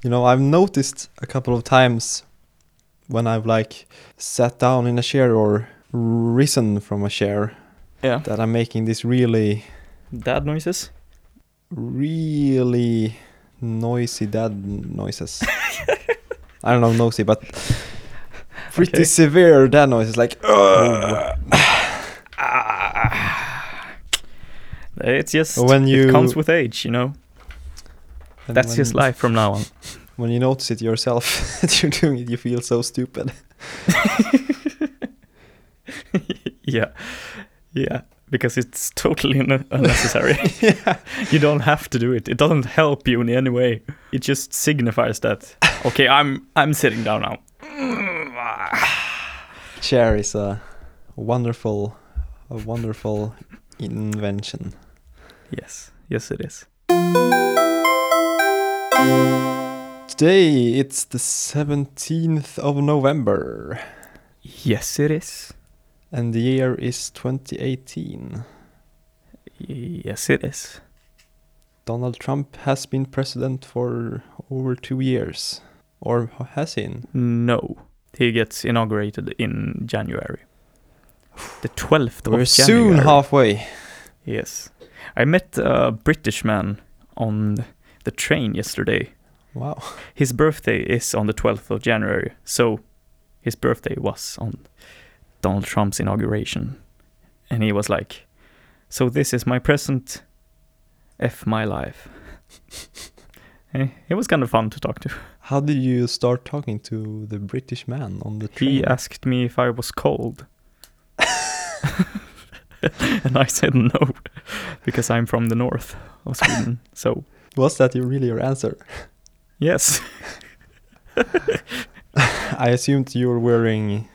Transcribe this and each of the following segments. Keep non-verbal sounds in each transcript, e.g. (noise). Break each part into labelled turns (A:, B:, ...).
A: You know, I've noticed a couple of times when I've like sat down in a chair or risen from a chair
B: Yeah.
A: that I'm making this really,
B: Dad noises.
A: really noisy dad
B: (laughs)
A: noises. I don't know, noisy, but pretty
B: Okay. Uh,
A: severe dad noises like.
B: It's just
A: When
B: it comes
A: you-
B: with age, you know.
A: And
B: That's just
A: when-
B: life from now on.
A: When you notice it yourself (laughs) that you're doing it, you feel so stupid.
B: (laughs) yeah, yeah, because it's totally un- unnecessary.
A: (laughs) yeah.
B: (laughs) you don't have to do it. It doesn't help you in any way. It just signifies that okay, I'm I'm sitting down now.
A: Chair is a wonderful, a wonderful invention.
B: Yes, yes, it is.
A: Today it's the 17th of November
B: Yes, it is.
A: and the year is 2018.
B: Yes, it is.
A: Donald Trump has been president for over two years. Or has he?
B: No, he gets inaugurated in January, the twelfth of
A: We're
B: January.
A: soon halfway.
B: Yes. I met a British man on the train yesterday.
A: Wow.
B: His birthday is on the 12th of January, so his birthday was on Donald Trump's inauguration. And he was like, So this is my present, F my life. (laughs) Eh, it was kind of fun to talk to.
A: How did you start talking to the British man on the train?
B: He asked me if I was cold. (laughs) and I said no, because I'm from the north of Sweden, so
A: Was that your- really your answer? (laughs)
B: Yes.
A: I assumed you were wearing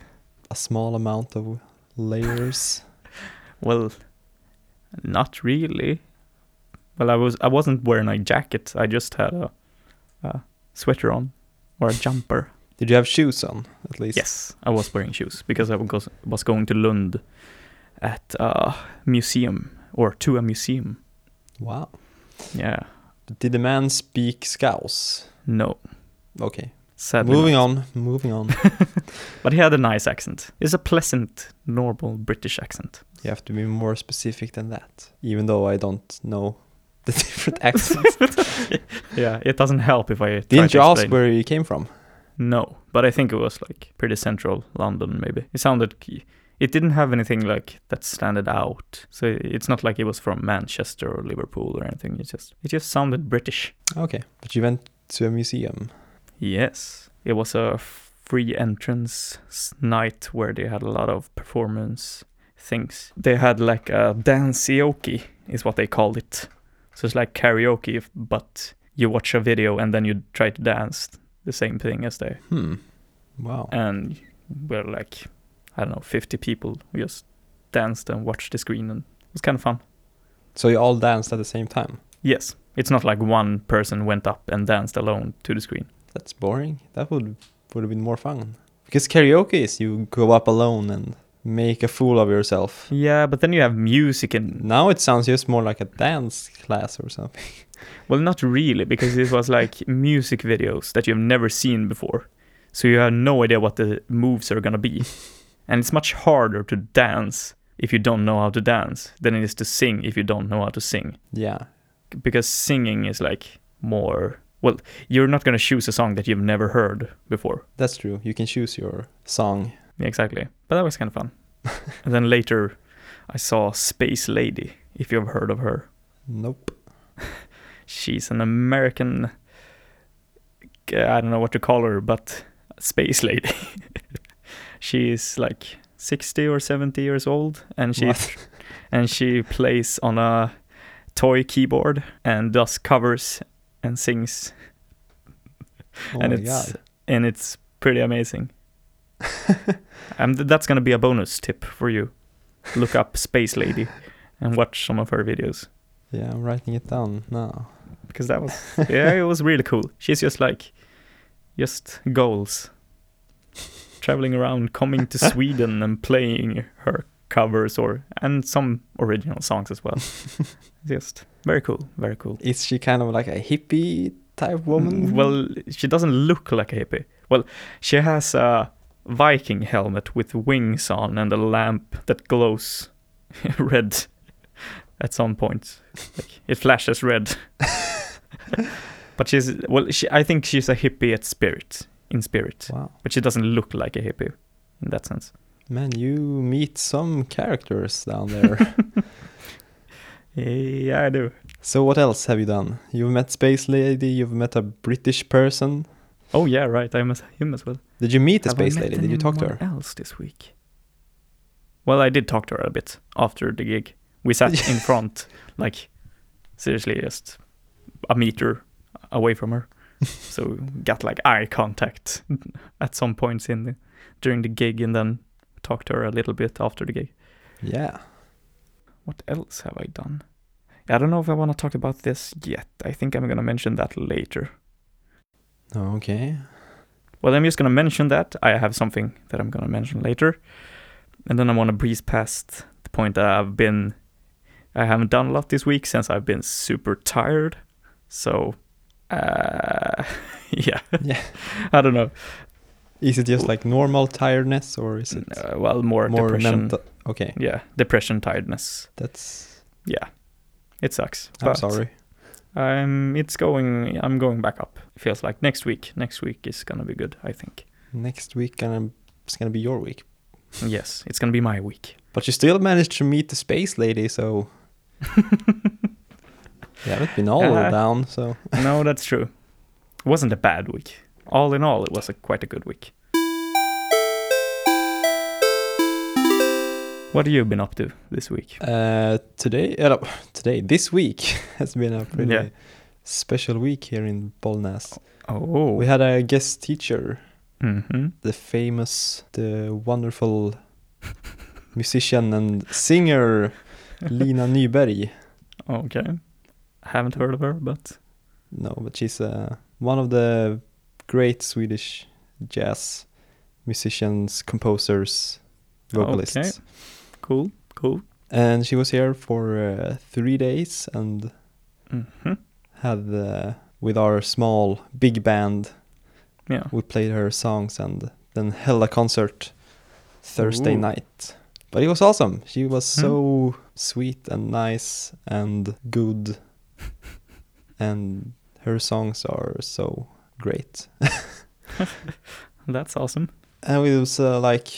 A: a small amount of layers.
B: Well, not really. Well, I was I wasn't wearing a jacket. I just had a, a sweater on
A: (laughs)
B: or a jumper.
A: Did you have shoes on at least?
B: Yes, I was wearing shoes because I was was going to Lund at a museum or to a museum.
A: Wow.
B: Yeah.
A: Did the man speak Scouse?
B: No.
A: Okay.
B: Sadly.
A: moving
B: not.
A: on. Moving on. (laughs)
B: But he had a nice accent. It's a pleasant, normal British accent.
A: you have to be more specific than that. Even though I don't know (laughs) the
B: (laughs)
A: different accents.
B: Yeah, it doesn't help if I try
A: Didn't
B: to
A: you ask
B: explain.
A: where you came from?
B: No, but I think it was like pretty central London, maybe. It sounded, it didn't have anything like that standed out. So it's not like it was from Manchester or Liverpool or anything. It just, it just sounded British.
A: Okay. But you went to a museum.
B: Yes, it was a free entrance s- night where they had a lot of performance things. They had like a danceoke, is what they called it. So it's like karaoke, if- but you watch a video and then you try to dance the same thing as they
A: Hmm. Wow.
B: and we're like I don't know, 50 people. We just danced and watched the screen, and it was kind of fun.
A: So you all danced at the same time.
B: Yes, it's not like one person went up and danced alone to the screen.
A: That's boring. That would would have been more fun. Because karaoke is you go up alone and make a fool of yourself.
B: Yeah, but then you have music and
A: Now it sounds just more like a dance class or something. (laughs)
B: well, not really, because it was like music videos that you've never seen before, so you have no idea what the moves are gonna be, and it's much harder to dance if you don't know how to dance than it is to sing if you don't know how to sing.
A: Yeah.
B: because singing is like more well you're not going to choose a song that you've never heard before
A: That's true. You can choose your song.
B: yeah, exactly but that was kind of fun and then later i saw space lady if you've heard of her
A: Nope.
B: she's an american i don't know what to call her but space lady (laughs) she is like 60 or 70 years old and she
A: What?
B: and she plays on a toy keyboard and does covers and sings
A: (laughs) Oh
B: and
A: my
B: it's
A: god.
B: and it's pretty amazing. um, th- that's gonna be a bonus tip for you. Look up Space Lady and watch some of her videos
A: Yeah, I'm writing it down now.
B: because that was (laughs) yeah, it was really cool. She's just like just goals, traveling around, coming to Sweden and playing her covers or and some original songs as well. just very cool, very cool.
A: Is she kind of like a hippie type woman?
B: Mm, Well, she doesn't look like a hippie. Well, she has a Viking helmet with wings on and a lamp that glows (laughs) red at some point. Like, it flashes (laughs) red. but she's well, she, I think she's a hippie at spirit, in spirit,
A: wow.
B: but she doesn't look like a hippie in that sense.
A: Man, you meet some characters down
B: (laughs)
A: there.
B: Yeah, I do.
A: so what else have you done? You've met Space Lady, you've met a British person.
B: Oh yeah, right. I met him as well.
A: Did you meet the
B: Have I
A: Space
B: met
A: Lady? Did you talk to her?
B: anyone Else this week. Well, I did talk to her a bit after the gig. We sat in
A: (laughs)
B: front, like seriously, just a meter away from
A: (laughs)
B: her, so got like eye contact (laughs) at some points in the during the gig, and then talked to her a little bit after the gig.
A: Yeah.
B: What else have I done? I don't know if I want to talk about this yet. I think I'm gonna mention that later.
A: Okay.
B: Well, I'm just going to mention that. I have something that I'm going to mention later. And then I want to breeze past the point that I've been. I haven't done a lot this week since I've been super tired. So, uh, (laughs) yeah.
A: Yeah.
B: (laughs) I don't know.
A: Is it just like normal tiredness or is it
B: Uh, well, more,
A: more
B: depression.
A: mental? Okay.
B: Yeah, depression, tiredness.
A: That's
B: Yeah. It sucks.
A: I'm
B: but
A: sorry.
B: I'm, it's going, I'm going back up. It feels like next week. Next week is going to be good, I
A: (laughs)
B: think.
A: Next week and it's going to be your week.
B: yes, it's going to be my week.
A: But you still managed to meet the Space Lady,
B: (laughs)
A: so you haven't been all
B: Yeah.
A: down, so
B: no, that's true. It wasn't a bad week. All in all, it was a, quite a good week. What have you been up to this week?
A: Uh, today, uh, no, today, this week (laughs) has been a pretty
B: Yeah.
A: special week here in Bollnäs.
B: Oh,
A: We had a guest teacher,
B: hmm
A: the famous, the wonderful musician and
B: (laughs)
A: singer Lina Nyberg.
B: okay. Haven't heard of her, but
A: No, but she's uh, one of the great Swedish jazz musicians, composers, vocalists.
B: cool, cool.
A: And she was here for uh, three days and
B: hmm
A: had uh, with our small big band
B: Yeah.
A: we played her songs and then held a concert thursday
B: Ooh. Hmm?
A: night but it was awesome she was so sweet and nice and
B: (laughs)
A: good and her songs are so great
B: That's awesome.
A: and it was uh, like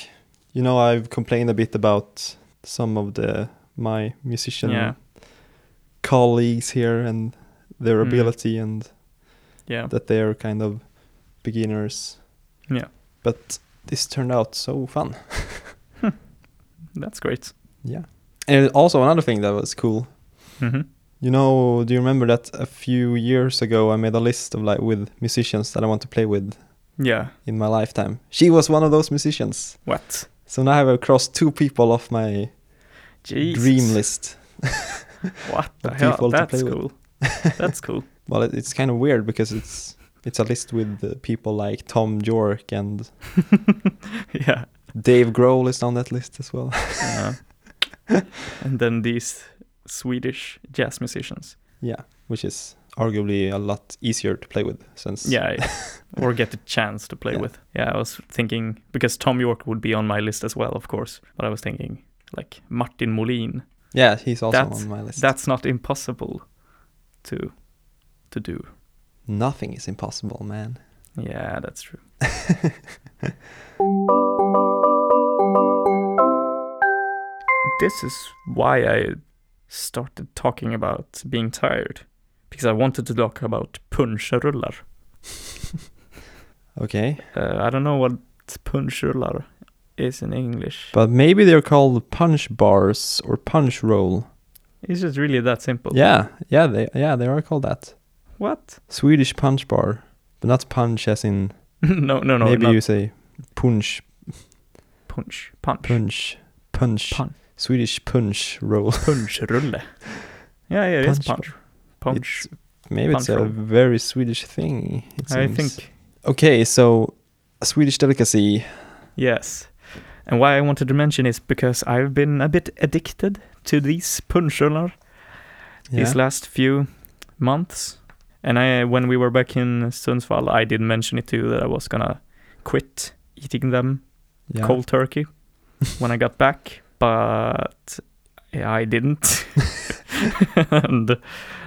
A: you know i've complained a bit about some of the my musician
B: Yeah.
A: colleagues here and their
B: Mm.
A: ability and
B: Yeah.
A: that they are kind of beginners.
B: Yeah.
A: But this turned out so fun.
B: That's great.
A: Yeah. And also another thing that was cool.
B: hmm
A: You know, do you remember that a few years ago I made a list of like with musicians that I want to play with
B: Yeah.
A: in my lifetime. She was one of those musicians.
B: What?
A: So now I've crossed two people off my
B: Jesus.
A: dream list.
B: What the
A: of
B: hell?
A: people to
B: That's
A: play with. (laughs)
B: cool. That's cool. (laughs)
A: Well, it, it's kind of weird because it's it's a list with uh, people like Tom York and
B: Yeah.
A: Dave Grohl is on that list as well.
B: Yeah. (laughs) and then these Swedish jazz musicians.
A: Yeah, which is arguably a lot easier to play with since
B: Yeah, I- or get the chance to play
A: Yeah.
B: with. Yeah, I was thinking because Tom York would be on my list as well, of course. But I was thinking like Martin Molin.
A: yeah, he's also
B: That's-
A: on my list.
B: That's not impossible to to do.
A: Nothing is impossible, man.
B: Yeah, that's true. (laughs) this is why I started talking about being tired. Because I wanted to talk about punchrullar.
A: Okay,
B: Uh, I don't know what punchrullar is in English.
A: but maybe they're called punch bars or punch roll.
B: It's just really that simple.
A: Yeah, yeah, they yeah they are called that.
B: What? (laughs)
A: Swedish punch bar, but not punch as in
B: no, no, no.
A: maybe
B: not
A: you say punch,
B: punch, punch, (laughs)
A: punch, punch,
B: Pun-
A: Swedish punch roll. (laughs)
B: punchrulle. yeah, yeah, it's
A: Punch
B: punch. Punch.
A: Maybe it's
B: Punch
A: a
B: roll.
A: very Swedish thing. It
B: I
A: seems.
B: think
A: Okay, so a Swedish delicacy.
B: yes. And why I wanted to mention is because I've been a bit addicted to these punchrullar
A: Yeah.
B: these last few months. And I, when we were back in Sundsvall, I did mention it to you that I was gonna quit eating them
A: Yeah.
B: cold turkey when I got back, but I didn't. (laughs) and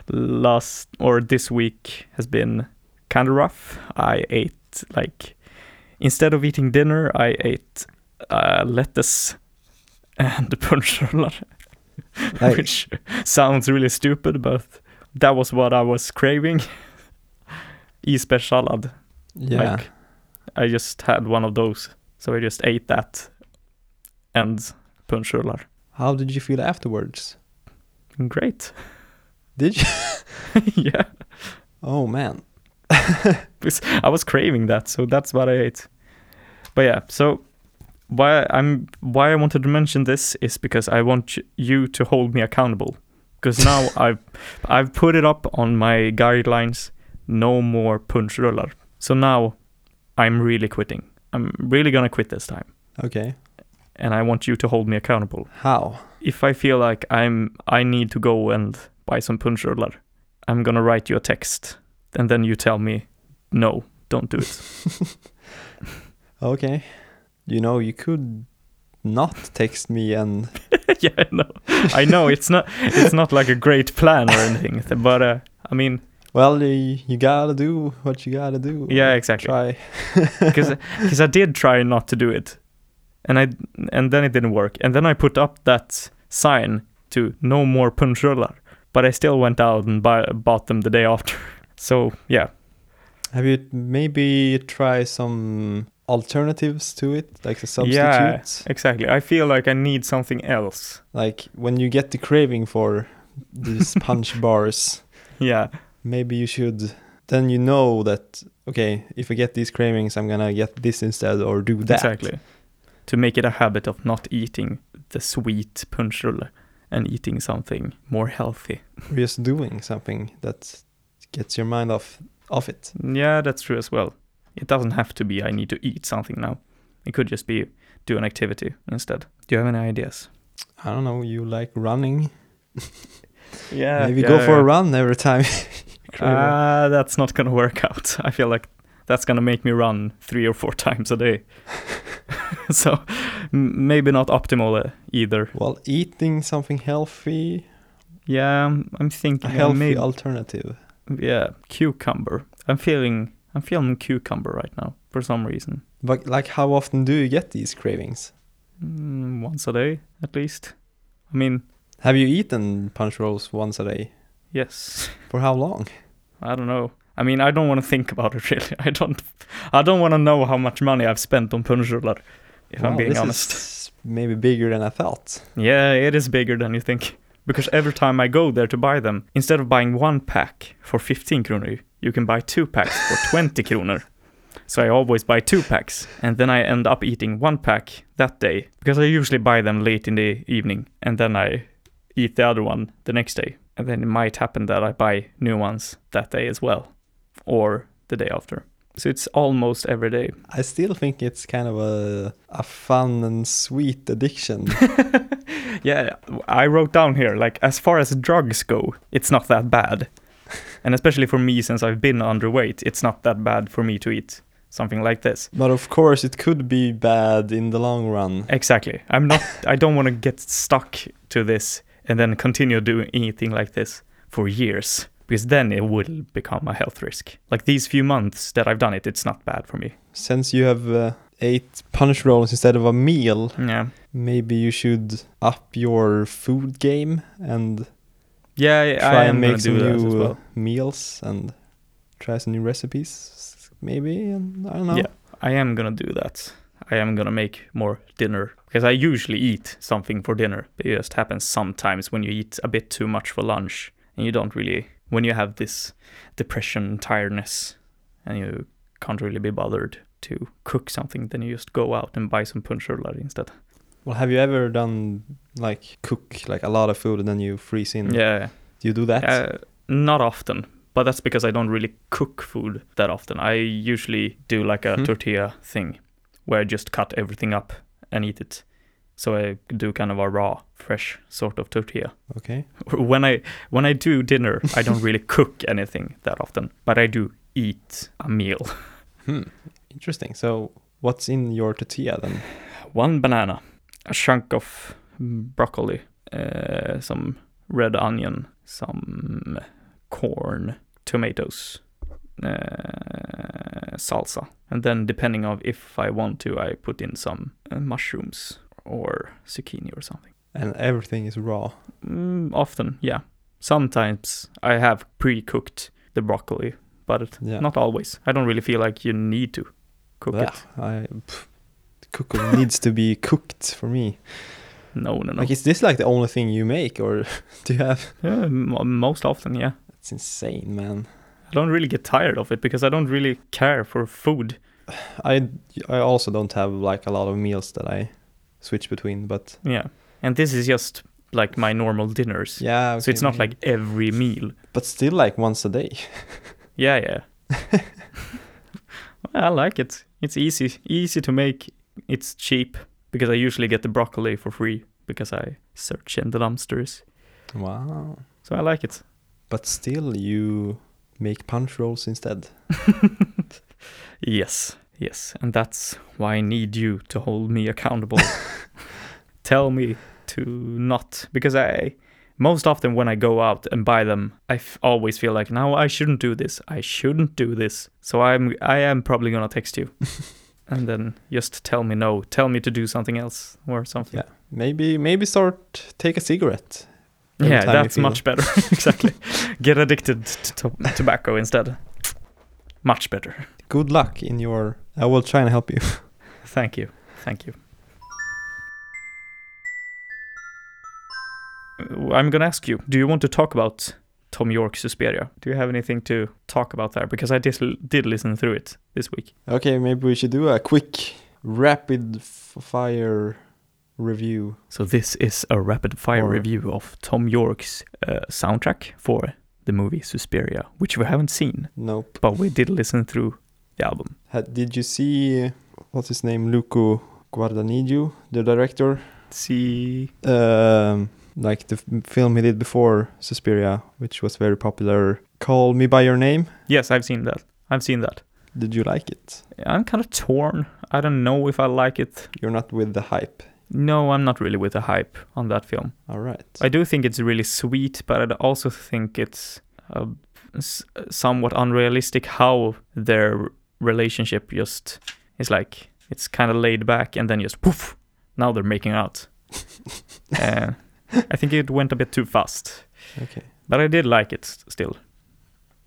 B: last or this week has been kind of rough. I ate like instead of eating dinner, I ate uh, lettuce and (laughs) punchroller,
A: Like,
B: which sounds really stupid, but that was what I was craving. (laughs) Isberg salad.
A: yeah.
B: Like, I just had one of those, so I just ate that and punchruller.
A: How did you feel afterwards?
B: Great.
A: Did you?
B: (laughs)
A: (laughs)
B: yeah,
A: Oh man.
B: because I was craving that, so that's what I ate. But yeah, so why I'm why I wanted to mention this is because I want y- you to hold me accountable. Because
A: (laughs)
B: now I've I've put it up on my guidelines. No more punchruller. So now I'm really quitting. I'm really gonna quit this time,
A: Okay.
B: and I want you to hold me accountable.
A: How?
B: if I feel like I'm I need to go and buy some punchruller, I'm gonna write you a text, and then you tell me, no, don't do it. (laughs)
A: Okay. You know, you could not text me and
B: yeah, I know. I know it's not it's not like a great plan or anything, th- but uh, I mean,
A: well, you, you gotta do what you gotta do.
B: yeah, exactly.
A: Try.
B: Because because I did try not to do it, and I and then it didn't work, and then I put up that sign to no more punchruller, but I still went out and buy, bought them the day after. (laughs) So yeah,
A: Have you maybe try some alternatives to it, like the substitutes?
B: Yeah. exactly. I feel like I need something else.
A: Like when you get the craving for
B: (laughs)
A: these punch bars,
B: Yeah.
A: maybe you should. Then you know that okay, if I get these cravings, I'm gonna get this instead or do that.
B: Exactly. To make it a habit of not eating the sweet punchrulle and eating something more healthy.
A: Or just doing something that gets your mind off off it.
B: Yeah, that's true as well. It doesn't have to be I need to eat something now. It could just be do an activity instead. Do you have any ideas?
A: I don't know. You like running?
B: Yeah.
A: maybe go for a run every time. (laughs) Craving.
B: Ah, that's not gonna work (laughs) out. I feel like that's gonna make me run three or four (laughs) times a day. so m- maybe not optimal uh, either.
A: well, eating something healthy,
B: Yeah, I'm- I'm
A: a
B: thinking uh,
A: healthy
B: maybe
A: alternative.
B: Yeah, cucumber. I'm feeling I'm feeling cucumber right now for some reason.
A: But like, how often do you get these cravings?
B: Mm, once a day at least. I mean,
A: Have you eaten punch rolls once a day?
B: yes. (laughs)
A: For how long?
B: I don't know. I mean, I don't want to think about it (laughs) really. I don't I don't want to know how much money I've spent on punchruller if I'm
A: Wow,
B: being
A: this
B: honest.
A: is maybe bigger than I thought.
B: Yeah, it is bigger than you think. Because every time I go there to buy them, instead of buying one pack for 15 kronor, you can buy two packs for 20 kronor. So I always buy two packs, and then I end up eating one pack that day. Because I usually buy them late in the evening, and then I eat the other one the next day. And then it might happen that I buy new ones that day as well, or the day after. So it's almost every day.
A: I still think it's kind of a a fun and sweet
B: (laughs)
A: addiction.
B: Yeah, I wrote down here like as far as drugs go, it's not
A: (laughs)
B: that bad. and especially for me since I've been underweight, it's not that bad for me to eat something like this.
A: but of course, it could be bad in the long run.
B: Exactly.
A: (laughs)
B: I'm not I don't want to get stuck to this and then continue doing anything like this for years because then it will become a health risk. Like these few months that I've done it, it's not bad for me.
A: Since you have uh, ate punch rolls instead of a meal,
B: Yeah.
A: maybe you should up your food game and
B: Yeah, I-
A: try
B: I am
A: and
B: going
A: make
B: to
A: some
B: do that
A: new
B: as well.
A: meals and try some new recipes, maybe. And I don't know.
B: Yeah. I am gonna do that. I am gonna make more dinner because I usually eat something for dinner. But it just happens sometimes when you eat a bit too much for lunch and you don't really when you have this depression, tiredness, and you can't really be bothered to cook something. Then you just go out and buy some punchruller instead.
A: Well, have you ever done like cook like a lot of food and then you freeze in?
B: Yeah,
A: Do you do that?
B: Uh, not often. But that's because I don't really cook food that often. I usually do like a
A: Hmm.
B: tortilla thing where I just cut everything up and eat it. So I do kind of a raw, fresh sort of tortilla. (laughs)
A: Okay.
B: When I when I do dinner, I don't really cook anything that often, but I do eat a meal.
A: Hmm. Interesting. So what's in your tortilla then?
B: One banana, a chunk of broccoli, uh, some red onion, some corn, tomatoes, uh, salsa, and then depending of if I want to, I put in some uh, mushrooms or zucchini or something.
A: And everything is raw.
B: Mm, often, yeah. Sometimes I have pre-cooked the broccoli, but it-
A: Yeah.
B: not always. I don't really feel like you need to cook
A: Blah.
B: it.
A: I pff, cooking needs to be cooked for me.
B: No, no, no.
A: Like is this like the only thing you make or (laughs) do you have
B: Yeah, mo- most often, yeah.
A: It's insane, man.
B: I don't really get tired of it because I don't really care for food.
A: I I also don't have like a lot of meals that I switch between, but
B: Yeah, and this is just like my normal dinners.
A: yeah.
B: so
A: okay,
B: it's not
A: maybe.
B: like every meal.
A: but still like once a day.
B: Yeah, yeah.
A: (laughs)
B: I like it. It's easy, easy to make. It's cheap because I usually get the broccoli for free because I search in the dumpsters.
A: Wow.
B: So I like it.
A: But still you make punch rolls instead.
B: Yes, yes, and that's why I need you to hold
A: (laughs)
B: me accountable. Tell me to not because I most often when I go out and buy them, I f- always feel like now I shouldn't do this. I shouldn't do this. So I'm I am probably gonna
A: (laughs)
B: text you. And then just tell me no. Tell me to do something else or something.
A: Yeah. Maybe maybe start take a cigarette.
B: Yeah,
A: every time you
B: that's
A: feel-
B: much better. (laughs) exactly. Get addicted to, to tobacco instead. Much better.
A: Good luck in your I will try and help you. (laughs)
B: Thank you. Thank you. Uh, I'm going to ask you do you want to talk about Tom York's Suspiria? Do you have anything to talk about there? Because I dis- did listen through it this week.
A: Okay, maybe we should do a quick rapid f- fire review.
B: So, this is a rapid fire
A: Or-
B: review of Tom York's uh, soundtrack for the movie Suspiria, which we haven't seen,
A: Nope.
B: but we did listen through the album.
A: Ha- did you see uh, what's his name, Luco Guardaniglio, the director?
B: See.
A: Um, like the f- film he did before Suspiria, which was very popular. Call Me by Your Name.
B: Yes, I've seen that. I've seen that.
A: Did you like it?
B: I'm kind of torn. I don't know if I like it.
A: You're not with the hype.
B: No, I'm not really with the hype on that film.
A: All right.
B: I do think it's really sweet, but I also think it's uh, s- somewhat unrealistic how their relationship just is like it's kind of laid back and then just poof, now they're
A: (laughs)
B: making out. uh, I think it went a bit too fast,
A: Okay.
B: but I did like it s- still.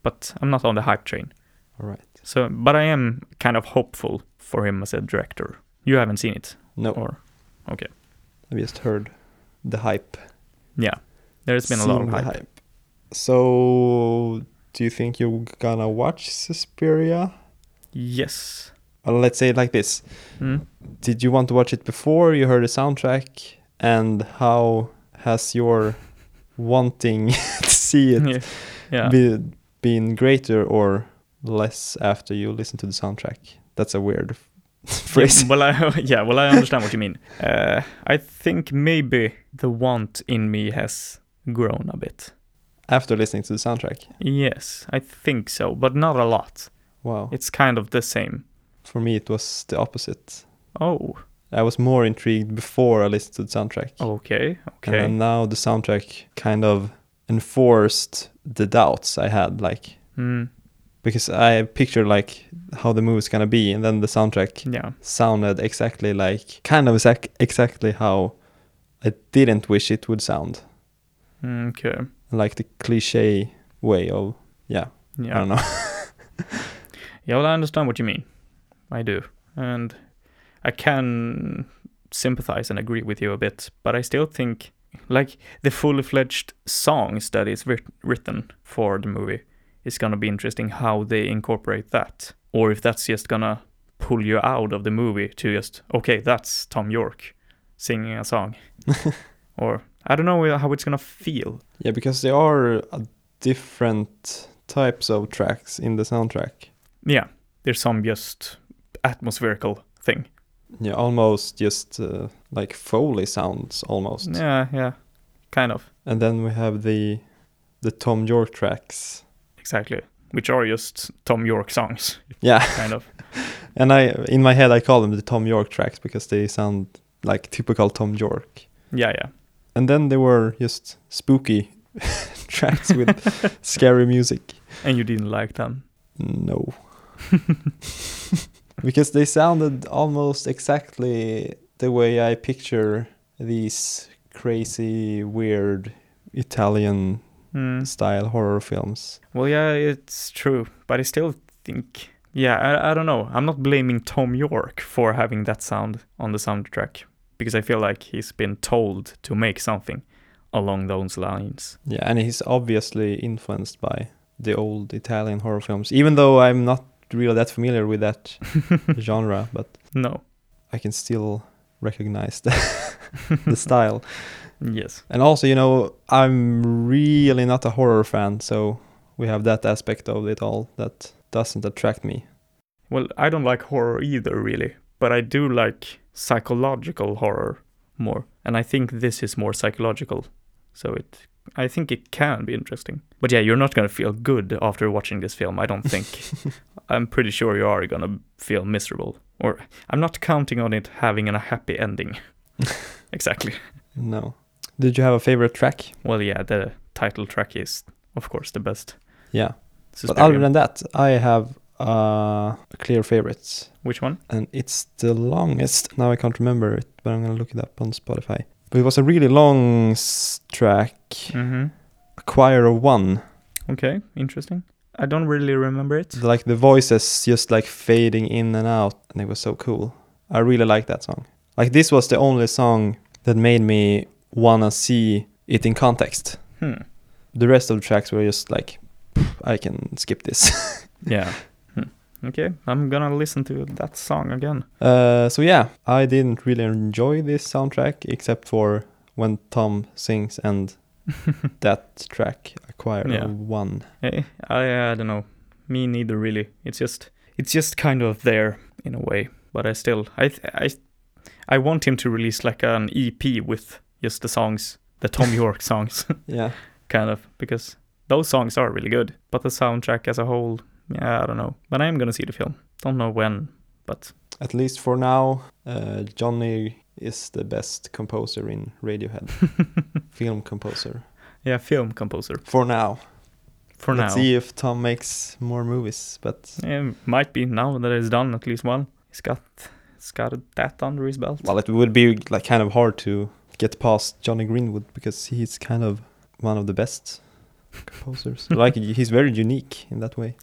B: But I'm not on the hype train.
A: All right.
B: So, but I am kind of hopeful for him as a director. You haven't seen it,
A: No,
B: or
A: I just heard the hype.
B: yeah, there's been a lot
A: Seeing
B: of
A: the
B: hype.
A: hype. So, do you think you're gonna watch Suspiria?
B: Yes.
A: Or let's say it like this.
B: Mm.
A: did you want to watch it before you heard the soundtrack and how has your wanting (laughs) to see it
B: Yeah. yeah.
A: be, been greater or less after you listen to the soundtrack that's a weird (laughs) phrase
B: Yeah, well, I, (laughs) yeah, well, I understand what you
A: (laughs)
B: mean. Uh, I think maybe the want in me has grown a bit.
A: after listening to the soundtrack
B: Yes, I think so, but not a lot.
A: wow
B: It's kind of the same.
A: for me it was the opposite
B: Oh,
A: i was more intrigued before i listened to the soundtrack
B: okay,
A: and
B: okay.
A: then now the soundtrack kind of enforced the doubts i had like
B: Mm,
A: because i pictured like how the movie's gonna be and then the soundtrack
B: yeah,
A: sounded exactly like kind of exac- exactly how I didn't wish it would sound.
B: okay,
A: Like the cliche way of yeah, I
B: yeah.
A: don't know. (laughs)
B: Yeah, well, I understand what you mean. I do. And I can sympathize and agree with you a bit, but I still think, like, the fully fledged songs that is writ- written for the movie is gonna be interesting how they incorporate that. Or if that's just gonna pull you out of the movie to just, okay, that's Tom York singing a song. or I don't know how it's gonna feel.
A: yeah, because there are uh, different types of tracks in the soundtrack.
B: Yeah, there's some just atmospherical thing.
A: yeah, almost just uh, like Foley sounds almost.
B: Yeah, yeah, kind of
A: And then we have the the Tom York tracks.
B: exactly. Which are just Tom York songs,
A: Yeah,
B: (laughs) kind of.
A: and I in my head I call them the Tom York tracks because they sound like typical Tom York.
B: yeah, yeah.
A: And then they were just spooky (laughs) tracks with scary music.
B: And you didn't like them.
A: No. because they sounded almost exactly the way I picture these crazy, weird Italian
B: Hmm.
A: style horror films.
B: Well, yeah, it's true, but I still think, yeah, I, I don't know. I'm not blaming Tom York for having that sound on the soundtrack because I feel like he's been told to make something along those lines. (laughs)
A: Yeah, and he's obviously influenced by the old Italian horror films, even though I'm not really that familiar with that genre, but
B: No.
A: I can still recognize the, the style.
B: Yes.
A: And also, you know, I'm really not a horror fan, so we have that aspect of it all that doesn't attract me.
B: Well, I don't like horror either, really, but I do like psychological horror more, and I think this is more psychological, so it. I think it can be interesting. But yeah, you're not gonna feel good after watching this film, I don't think.
A: (laughs)
B: I'm pretty sure you are gonna feel miserable. Or I'm not counting on it having a
A: (laughs)
B: happy ending. exactly.
A: No. Did you have a favorite track?
B: Well, yeah, the title track is, of course, the best.
A: Yeah. But
B: Suspiria.
A: other than that, I have uh, a clear favorite,
B: Which one?
A: and it's the longest. Now I can't remember it, but I'm gonna look it up on Spotify. But it was a really long s- track,
B: Mm-hmm.
A: a choir of one.
B: Okay, interesting. I don't really remember it.
A: Like the voices just like fading in and out, and it was so cool. I really liked that song. Like this was the only song that made me wanna see it in context.
B: Hmm.
A: The rest of the tracks were just like, I can skip this. (laughs)
B: (laughs) Yeah. Hmm. Okay, I'm gonna listen to that song again.
A: uh, so yeah, I didn't really enjoy this soundtrack except for when Tom sings and that track, A Choir
B: Yeah.
A: of One.
B: Eh, I, I don't know. Me neither, really. It's just it's just kind of there in a way. But I still I th- I I want him to release like an EP with just the songs,
A: (laughs)
B: the Tom York songs, (laughs)
A: Yeah.
B: kind of, because those songs are really good. But the soundtrack as a whole, yeah, I don't know. But I am gonna see the film. Don't know when, but
A: At least for now, uh, Johnny is the best composer in
B: (laughs)
A: Radiohead. Film composer.
B: yeah, film composer
A: For now.
B: for
A: Let's
B: now.
A: see if Tom makes more movies, but
B: Eh, might be now that it's done at least one. He's got he's got that under his belt.
A: well, it would be like kind of hard to get past Johnny Greenwood because he's kind of one of the best
B: (laughs)
A: composers. like he's very unique in that way.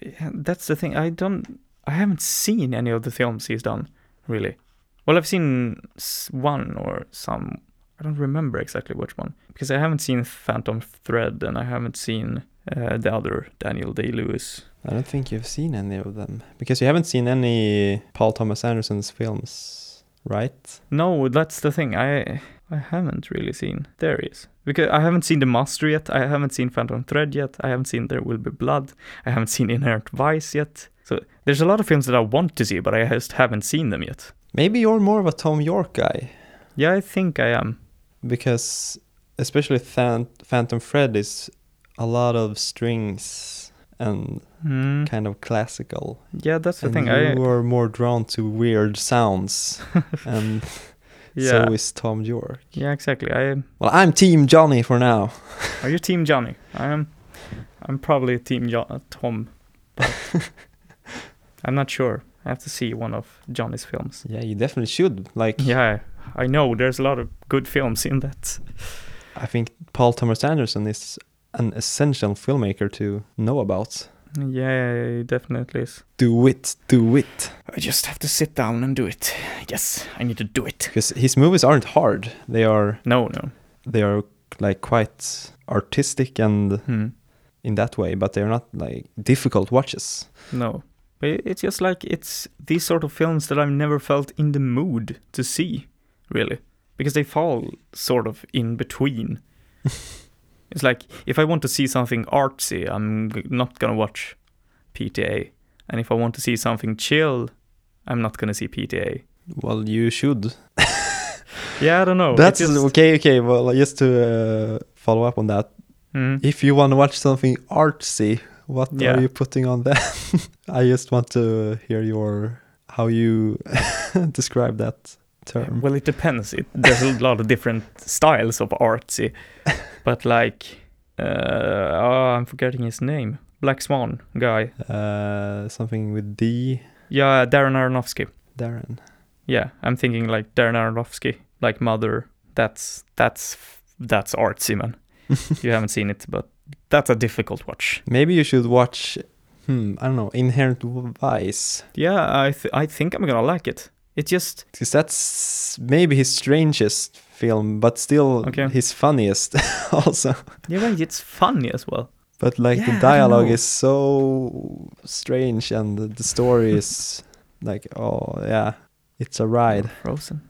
B: Yeah, Eh, that's the thing. I don't. I haven't seen any of the films he's done, really. Well, I've seen s- one or some. I don't remember exactly which one because I haven't seen Phantom Thread and I haven't seen uh, the other Daniel Day Lewis.
A: I don't think you've seen any of them because you haven't seen any Paul Thomas Anderson's films, right?
B: No, that's the thing. I I haven't really seen. There he is. Because I haven't seen The Master yet. I haven't seen Phantom Thread yet. I haven't seen There Will Be Blood. I haven't seen Inherent Vice yet. So there's a lot of films that I want to see, but I just haven't seen them yet.
A: Maybe you're more of a Tom York guy.
B: Yeah, I think I am.
A: because especially Phan- Phantom Fred is a lot of strings and
B: Mm.
A: kind of classical.
B: Yeah, that's the
A: and
B: thing. I
A: you are more drawn to weird sounds,
B: (laughs)
A: and
B: yeah,
A: so is Tom York.
B: yeah, exactly. I
A: Well, I'm Team Johnny for now.
B: are you team Johnny? I am. I'm probably team jo- uh, Tom. But
A: (laughs)
B: I'm not sure. I have to see one of Johnny's films.
A: Yeah, you definitely should. Like,
B: Yeah, I know. There's a lot of good films in that.
A: I think Paul Thomas Anderson is an essential filmmaker to know about.
B: Yeah, it definitely is.
A: Do it, do it.
B: I just have to sit down and do it. Yes, I need to do it.
A: Because his movies aren't hard. They are
B: No, no.
A: they are like quite artistic and
B: Hmm.
A: in that way, but they're not like difficult watches.
B: No. But it- it's just like it's these sort of films that I've never felt in the mood to see, really. Because they fall sort of in (laughs) between. it's like if I want to see something artsy, I'm g- not gonna watch PTA. And if I want to see something chill, I'm not gonna see PTA.
A: Well, you should.
B: Yeah, I don't know. Oh, It
A: That's
B: just-
A: okay. Okay. Well, just to uh, follow up on that,
B: Mm.
A: if you want to watch something artsy, what
B: Yeah.
A: are you putting on that? (laughs) I just want to hear your how you (laughs) describe that term.
B: Well, it depends. It, there's a lot of different styles of
A: (laughs)
B: artsy, but like, uh, oh, I'm forgetting his name. Black Swan guy.
A: Uh, something with D,
B: Yeah, Darren Aronofsky.
A: Darren.
B: Yeah, I'm thinking like Darren Aronofsky, like Mother. That's that's that's
A: (laughs)
B: artsy, man. you haven't seen it, but that's a difficult watch.
A: Maybe you should watch. Hmm, I don't know. Inherent Vice,
B: Yeah, I th- I think I'm gonna like it. It just
A: because that's maybe his strangest film, but still
B: Okay.
A: his funniest (laughs) also.
B: yeah, right, it's funny as well.
A: But like
B: Yeah, I
A: the
B: don't
A: dialogue
B: know.
A: is so strange, and the, the story
B: (laughs)
A: is like, oh yeah, it's a ride.
B: Frozen.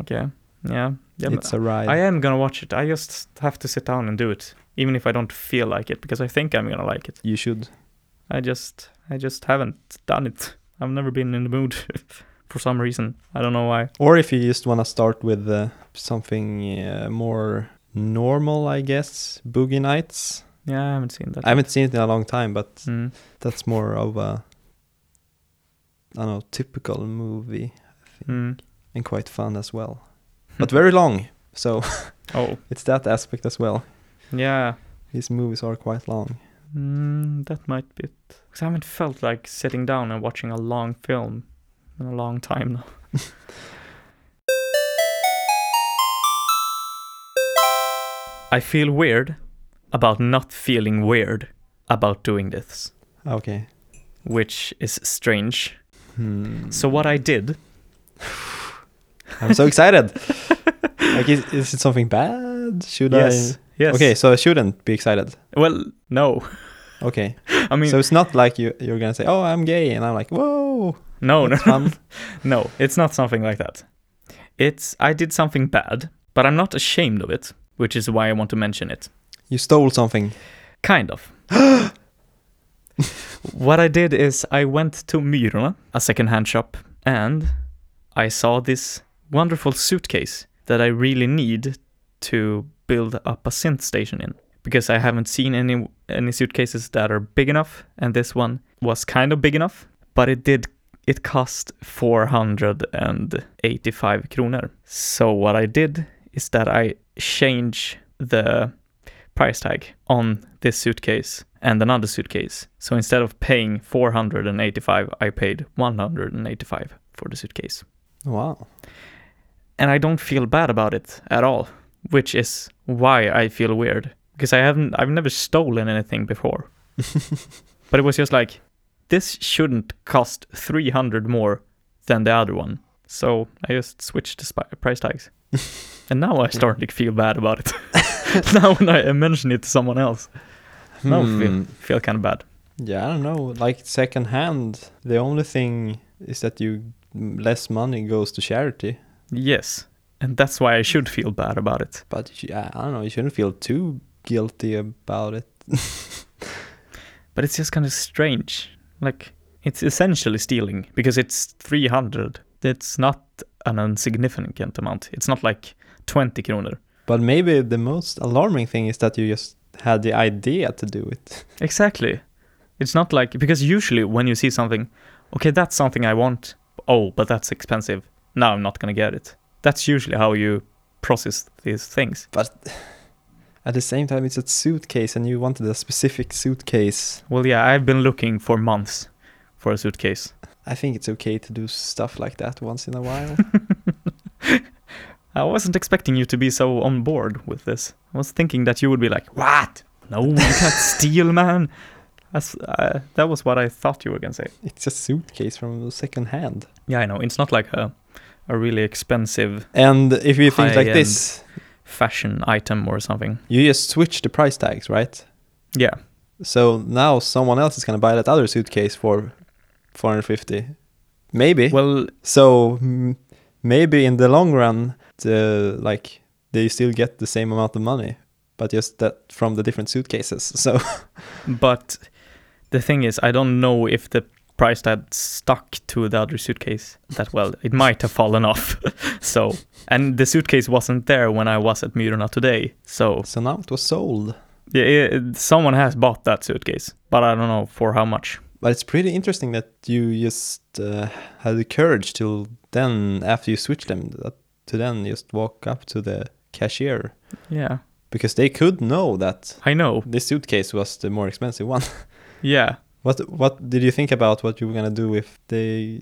B: Okay. Yeah. Yeah. but
A: it's a ride.
B: I uh, am gonna watch it. I just have to sit down and do it, even if I don't feel like it, because I think I'm gonna like it.
A: you should.
B: I just I just haven't done it. (laughs) I've never been in the mood (laughs) for some reason. I don't know why.
A: Or if you just want to start with uh, something uh, more normal, I guess. Boogie Nights.
B: Yeah, I haven't seen that.
A: I haven't seen it in a long time, but
B: Mm.
A: that's more of a, I don't know, typical movie
B: Mm.
A: and quite fun as well.
B: (laughs)
A: But very long, so (laughs)
B: Oh,
A: it's that aspect as well.
B: yeah.
A: These movies are quite long.
B: Mm, that might be it. Because I haven't felt like sitting down and watching a long film in a long time now. (laughs) I feel weird about not feeling weird about doing this,
A: Okay.
B: which is strange.
A: Hmm.
B: So, what I did,
A: I'm so
B: (laughs)
A: excited. like, is, is it something bad? Should I?
B: yes, yes.
A: Okay, so I shouldn't be excited.
B: Well, no.
A: Okay.
B: I mean,
A: so it's not like you you're gonna say, "Oh, I'm gay," and I'm like,
B: (laughs)
A: "Whoa,
B: no, no,
A: that's fun."
B: No, it's not something like that. It's I did something bad, but I'm not ashamed of it, which is why I want to mention it.
A: you stole something.
B: Kind of. what I did is I went to Myrorna, a secondhand shop, and I saw this wonderful suitcase that I really need to build up a synth station in because I haven't seen any any suitcases that are big enough, and this one was kind of big enough, but it did it cost 485 kronor. So what I did is that I change the price tag on this suitcase and another suitcase. So instead of paying 485, I paid 185 for the suitcase.
A: Wow.
B: And I don't feel bad about it at all, which is why I feel weird because I haven't I've never stolen anything before. but it was just like this shouldn't cost 300 more than the other one. So I just switched the spi- price tags. and now I start to feel bad about it. (laughs) now when I mention it to someone else, now I feel,
A: Hmm.
B: feel kind of bad.
A: Yeah, I don't know. Like second hand, the only thing is that you less money goes to charity.
B: Yes. And that's why I should feel bad about it.
A: But you, I I don't know. You shouldn't feel too guilty about it.
B: But it's just kind of strange. Like, it's essentially stealing because it's 300. It's not an insignificant amount. It's not like 20 kronor.
A: But maybe the most alarming thing is that you just had the idea to do it.
B: Exactly. It's not like because usually when you see something, okay, that's something I want. Oh, but that's expensive. No, I'm not gonna get it. That's usually how you process these things.
A: At the same time, it's a suitcase, and you wanted a specific suitcase.
B: Well, yeah, I've been looking for months for a suitcase.
A: I think it's okay to do stuff like that once in a
B: (laughs)
A: while.
B: I wasn't expecting you to be so on board with this. I was thinking that you would be like, "What? No, you can't steal, man." That's, uh, that was what I thought you were gonna say.
A: it's a suitcase from second hand.
B: Yeah, I know. It's not like a a really expensive
A: And if you think like
B: High-end.
A: this,
B: fashion item or something.
A: you just switch the price tags, right?
B: Yeah.
A: So now someone else is gonna buy that other suitcase for 450, maybe.
B: Well,
A: so mm, maybe in the long run, the like they still get the same amount of money, but just that (laughs) from the different suitcases. So
B: But the thing is, I don't know if the price tag stuck to the other suitcase that well it might have fallen off (laughs) so and the suitcase wasn't there when i was at myrna today so
A: So now it was sold.
B: yeah, it, someone has bought that suitcase but i don't know for how much
A: But it's pretty interesting that you just uh, had the courage till then, after you switched them, that, to then just walk up to the cashier
B: yeah
A: because they could know that
B: i know
A: this suitcase was the more expensive one. (laughs)
B: yeah
A: what What did you think about what you were gonna do if they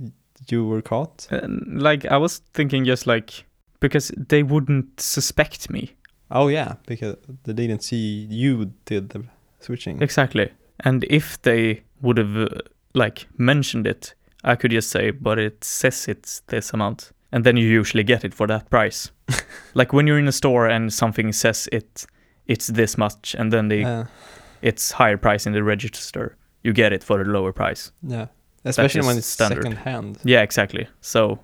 A: you were caught?
B: and, like i was thinking just like because they wouldn't suspect me
A: Oh yeah, because they didn't see you did the switching.
B: Exactly. And if they would have uh, like mentioned it, I could just say, but it says it's this amount. And then you usually get it for that price. like when you're in a store and something says it it's this much and then they
A: Uh,
B: it's higher price in the register, you get it for a lower price.
A: yeah, especially when
B: is
A: it's
B: standard.
A: second hand.
B: Yeah, exactly. So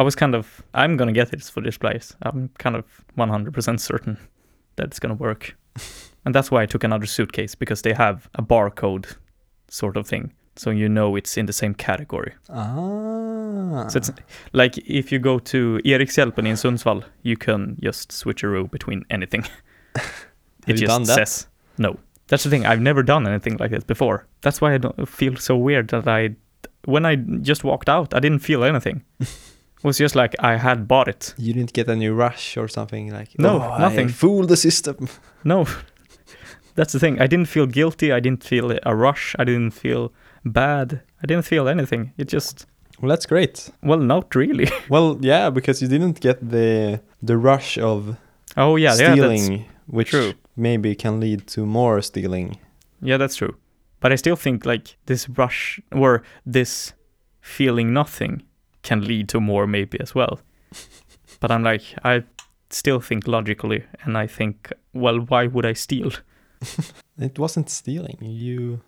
B: I was kind of I'm gonna get it for this price. I'm kind of one hundred percent certain that it's gonna work. and that's why I took another suitcase because they have a barcode sort of thing. So you know it's in the same category.
A: Ah.
B: So it's like if you go to Erikshjälpen in Sundsvall, you can just switch a row between
A: (laughs)
B: anything.
A: Have you done that?
B: says no. That's the thing. I've never done anything like this before. That's why I don't feel so weird that I, when I just walked out, I didn't feel
A: (laughs)
B: anything. it was just like I had bought it.
A: you didn't get any rush or something like
B: No,
A: "Oh,
B: nothing.
A: I fooled the system.
B: No, (laughs) that's the thing. I didn't feel guilty. I didn't feel a rush. I didn't feel bad. I didn't feel anything. It just
A: Well, that's great.
B: well, not really. (laughs)
A: Well, yeah, because you didn't get the the rush of
B: oh yeah, yeah, that's
A: stealing, which
B: true.
A: maybe can lead to more stealing.
B: Yeah, that's true. But I still think like this rush or this feeling nothing can lead to more maybe as (laughs) well. but I'm like I still think logically and I think well why would I steal? (laughs)
A: It wasn't stealing. You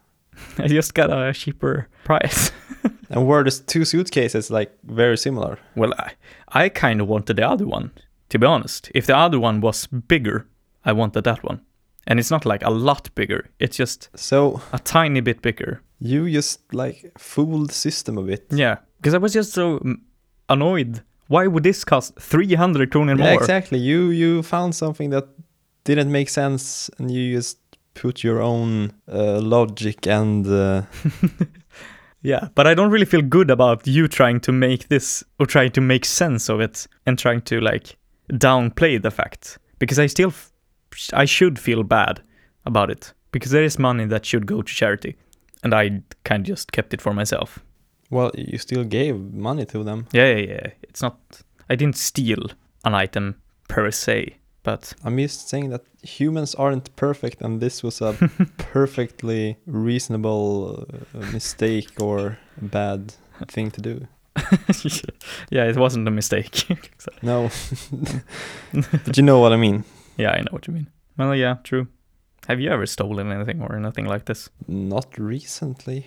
B: I just got a cheaper price. (laughs)
A: and were the two suitcases like very similar?
B: well, I, I kind of wanted the other one to be honest. If the other one was bigger, I wanted that one. And it's not like a lot bigger. It's just
A: So
B: a tiny bit bigger.
A: you just like fooled the system a bit.
B: Yeah, because I was just so mm, annoyed. Why would this cost 300 kronor more?
A: Yeah, exactly. You you found something that didn't make sense, and you just put your own uh, logic and uh,
B: Yeah, but I don't really feel good about you trying to make this or trying to make sense of it and trying to like downplay the fact because I still f- I should feel bad about it because there is money that should go to charity and I kind of just kept it for myself.
A: well, you still gave money to them.
B: Yeah, yeah, yeah. It's not I didn't steal an item per se, but (laughs)
A: I'm just saying that humans aren't perfect, and this was a perfectly reasonable uh, mistake or bad thing to do.
B: yeah, it wasn't a mistake. (laughs)
A: No, (laughs) but you know what I mean.
B: Yeah, I know what you mean. Well, yeah, true. Have you ever stolen anything or anything like this
A: Not recently.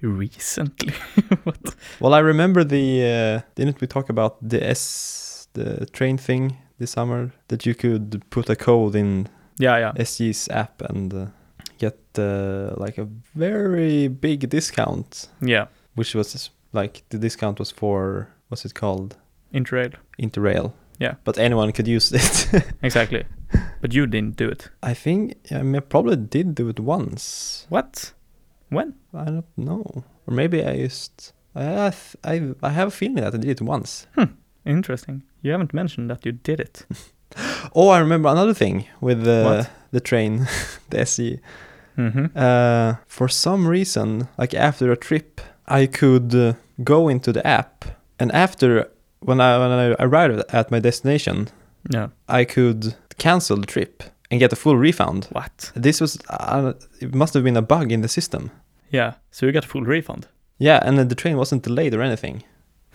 B: recently?
A: Well, I remember the uh, didn't we talk about the S the train thing this summer that you could put a code in
B: Yeah, yeah.
A: SG's app and uh, get uh, like a very big discount,
B: Yeah.
A: which was like the discount was for what's it called?
B: Interrail.
A: Interrail.
B: Yeah.
A: But anyone could use it. (laughs)
B: Exactly. But you didn't do it.
A: I think I, mean, I probably did do it once.
B: What? When?
A: I don't know. Or maybe I just. I, I, th- I, I have a feeling that I did it once.
B: Interesting. You haven't mentioned that you did it.
A: Oh, I remember another thing with the,
B: What?
A: the train, (laughs) the SE.
B: Mm-hmm.
A: Uh, for some reason, like after a trip, I could uh, go into the app, and after when I when I arrived at my destination,
B: No.
A: I could cancel the trip and get a full refund.
B: What?
A: This was uh, it must have been a bug in the system.
B: Yeah. So you got a full refund.
A: Yeah, and then the train wasn't delayed or anything.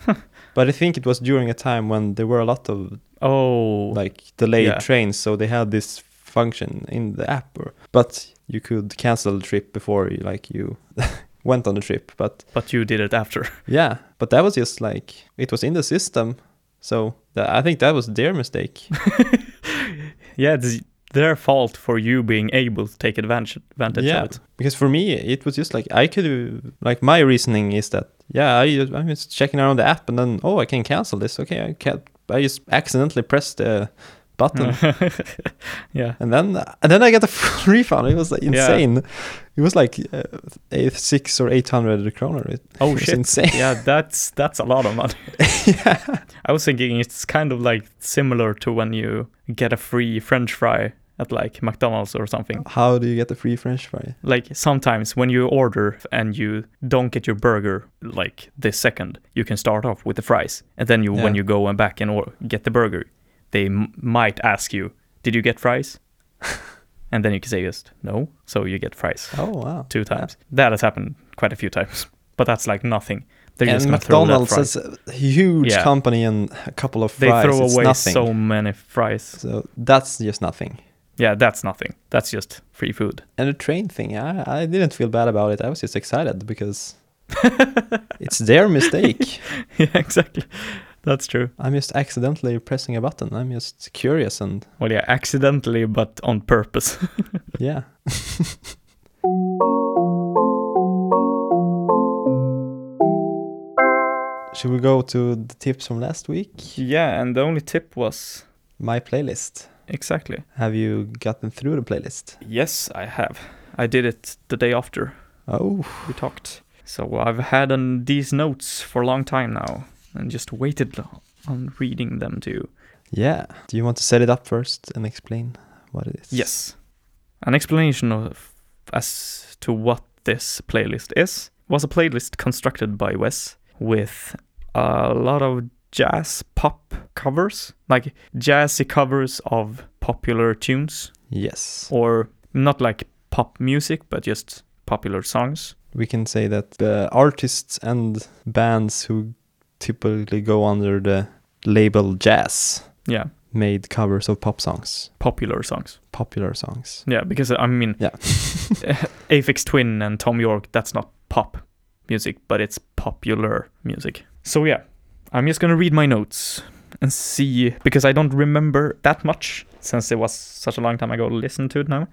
A: (laughs) but I think it was during a time when there were a lot of
B: Oh.
A: like delayed
B: Yeah.
A: trains, so they had this function in the app. Or, but you could cancel the trip before you, like you (laughs) went on the trip. But
B: But you did it after. (laughs)
A: yeah, but that was just like it was in the system, so tha- I think that was their mistake.
B: yeah. It's their fault for you being able to take advantage advantage
A: yeah,
B: of it.
A: because for me it was just like I could like my reasoning is that yeah I just, I'm just checking around the app and then oh I can cancel this okay I can I just accidentally pressed the button
B: Mm. (laughs) yeah.
A: and then and then I got a (laughs) full refund it was like insane it was like uh, eight, six or eight hundred kroner it
B: Oh
A: (laughs) was
B: shit.
A: insane
B: yeah, that's that's a lot of money.
A: (laughs) yeah
B: I was thinking it's kind of like similar to when you get a free French fry at like McDonald's or something.
A: how do you get the free French fry
B: Like sometimes when you order and you don't get your burger like this second, you can start off with the fries, and then you
A: Yeah.
B: when you go and back and or- get the burger, they m- might ask you, "Did you get
A: (laughs)
B: fries?" and then you can say just no, so you get fries
A: oh wow
B: two times. That has happened quite a few times, but that's like nothing. They're just
A: and
B: gonna throw that
A: McDonald's
B: fry.
A: is a huge
B: Yeah.
A: company and a couple of
B: they
A: fries
B: throw
A: it's
B: away
A: nothing
B: so many fries.
A: so that's just nothing
B: Yeah, that's nothing. That's just free food. (laughs)
A: And the train thing, I, I didn't feel bad about it. I was just excited because it's their mistake.
B: yeah, exactly. That's true.
A: I'm just accidentally pressing a button. I'm just curious and
B: Well, yeah, accidentally, but on purpose. (laughs)
A: yeah. (laughs) Should we go to the tips from last week?
B: yeah, and the only tip was
A: My playlist.
B: exactly.
A: Have you gotten through the playlist?
B: Yes, I have. I did it the day after
A: Oh,
B: we talked. So I've had on these notes for a long time now and just waited on reading them to you.
A: yeah. Do you want to set it up first and explain what it is?
B: Yes. An explanation of as to what this playlist is was a playlist constructed by Wes with a lot of jazz pop covers, like jazzy covers of popular tunes
A: Yes.
B: or not like pop music but just popular songs.
A: we can say that the artists and bands who typically go under the label jazz
B: Yeah,
A: made covers of pop songs,
B: popular songs.
A: popular songs.
B: Yeah, because I mean
A: Yeah. (laughs)
B: Aphex Twin and Tom York, that's not pop music, but it's popular music. So yeah, I'm just gonna read my notes and see because I don't remember that much since it was such a long time ago to listen to it now.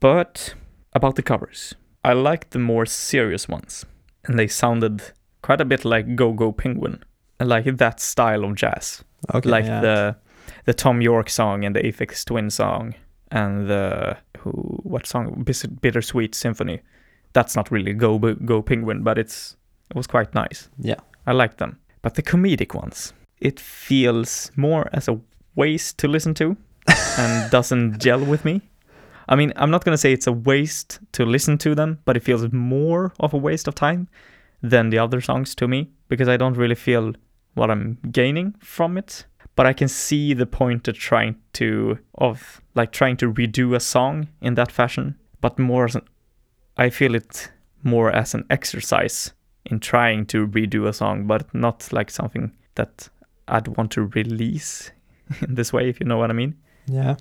B: But about the covers. I liked the more serious ones. And they sounded quite a bit like Go Go Penguin. Like that style of jazz
A: Okay,
B: like
A: yeah.
B: the the Tom York song and the Aphex Twin song and the who what song Bis- Bittersweet Symphony. That's not really Go Bo- Go Penguin, but it's it was quite nice.
A: Yeah.
B: I like them. But the comedic ones, it feels more as a waste to listen to and doesn't gel with me. I mean, I'm not gonna say it's a waste to listen to them, but it feels more of a waste of time than the other songs to me because I don't really feel what I'm gaining from it. But I can see the point of trying to of like trying to redo a song in that fashion, but more as an I feel it more as an exercise in trying to redo a song, but not like something that I'd want to release (laughs) in this way, if you know what I mean.
A: yeah,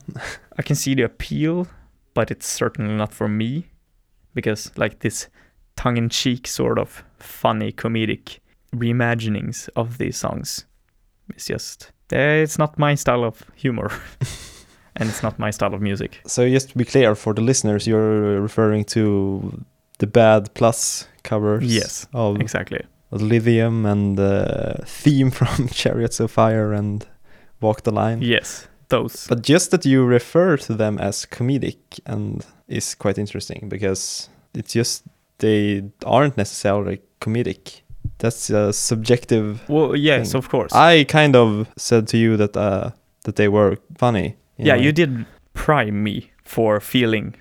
B: I can see the appeal, but it's certainly not for me because like this tongue-in-cheek sort of funny comedic reimaginings of these songs it's just eh, it's not my style of humor (laughs) and it's not my style of music
A: So just to be clear for the listeners, you're referring to the Bad Plus covers.
B: Yes,
A: Of
B: exactly
A: Lithium and the theme (laughs) from Chariots of Fire and Walk the Line.
B: yes those
A: But just that you refer to them as comedic and is quite interesting because it's just they aren't necessarily comedic. That's a subjective.
B: well yes
A: thing.
B: of course
A: I kind of said to you that uh, that they were funny. in
B: yeah
A: a way.
B: you did prime me for feeling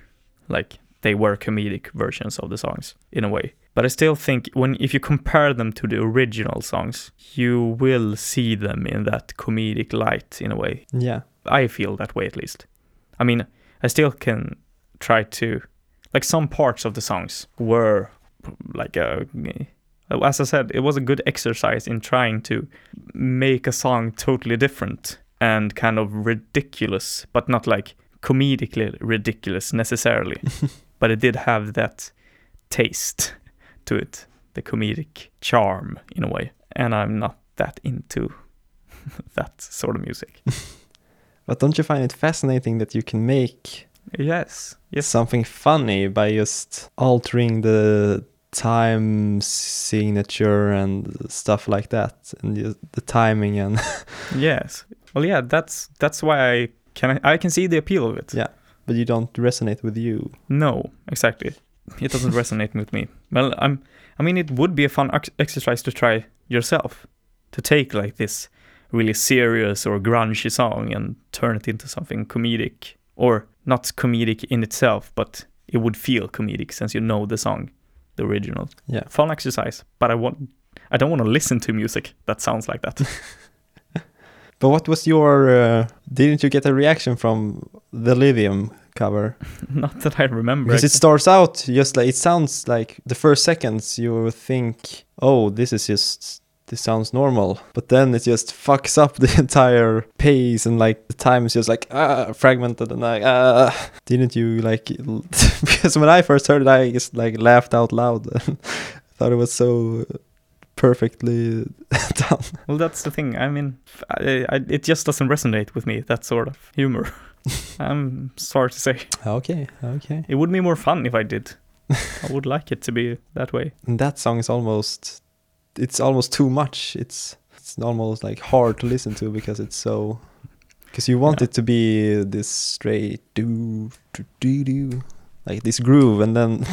B: like they were comedic versions of the songs in a way but i still think when if you compare them to the original songs you will see them in that comedic light in a way
A: Yeah,
B: i feel that way at least i mean i still can try to like some parts of the songs were like a as i said it was a good exercise in trying to make a song totally different and kind of ridiculous but not like comedically ridiculous necessarily but it did have that taste to it the comedic charm in (laughs) a way and i'm not that into that sort of music
A: But don't you find it fascinating that you can make
B: Yes. Yes.
A: something funny by just altering the time signature and stuff like that and just the timing and (laughs)
B: Yes. Well, yeah. That's that's why I can I can see the appeal of it.
A: Yeah. but you don't resonate with you
B: No, exactly. It doesn't (laughs) resonate with me. Well, I'm. I mean, it would be a fun ex- exercise to try yourself, to take like this really serious or grungy song and turn it into something comedic, or not comedic in itself, but it would feel comedic since you know the song, the original.
A: Yeah.
B: Fun exercise, but I want. I don't want to listen to music that sounds like that. (laughs)
A: but what was your uh, didn't you get a reaction from the livium (laughs) cover
B: not that I remember.
A: because it starts out just like it sounds like the first seconds you think oh this is just this sounds normal but then it just fucks up the (laughs) entire pace and like the time is just like ah, fragmented and like ah. (laughs) didn't you like because when i first heard it i just like laughed out loud (laughs) and thought it was so perfectly (laughs) done
B: Well, that's the thing. I mean, f- I, I- it just doesn't resonate with me, that sort of humor. I'm sorry to say.
A: okay okay
B: It would be more fun if I did. I would like it to be that way.
A: and that song is almost it's almost too much it's it's almost like hard to listen to because it's so because you want
B: Yeah.
A: it to be this straight do do do do like this groove and then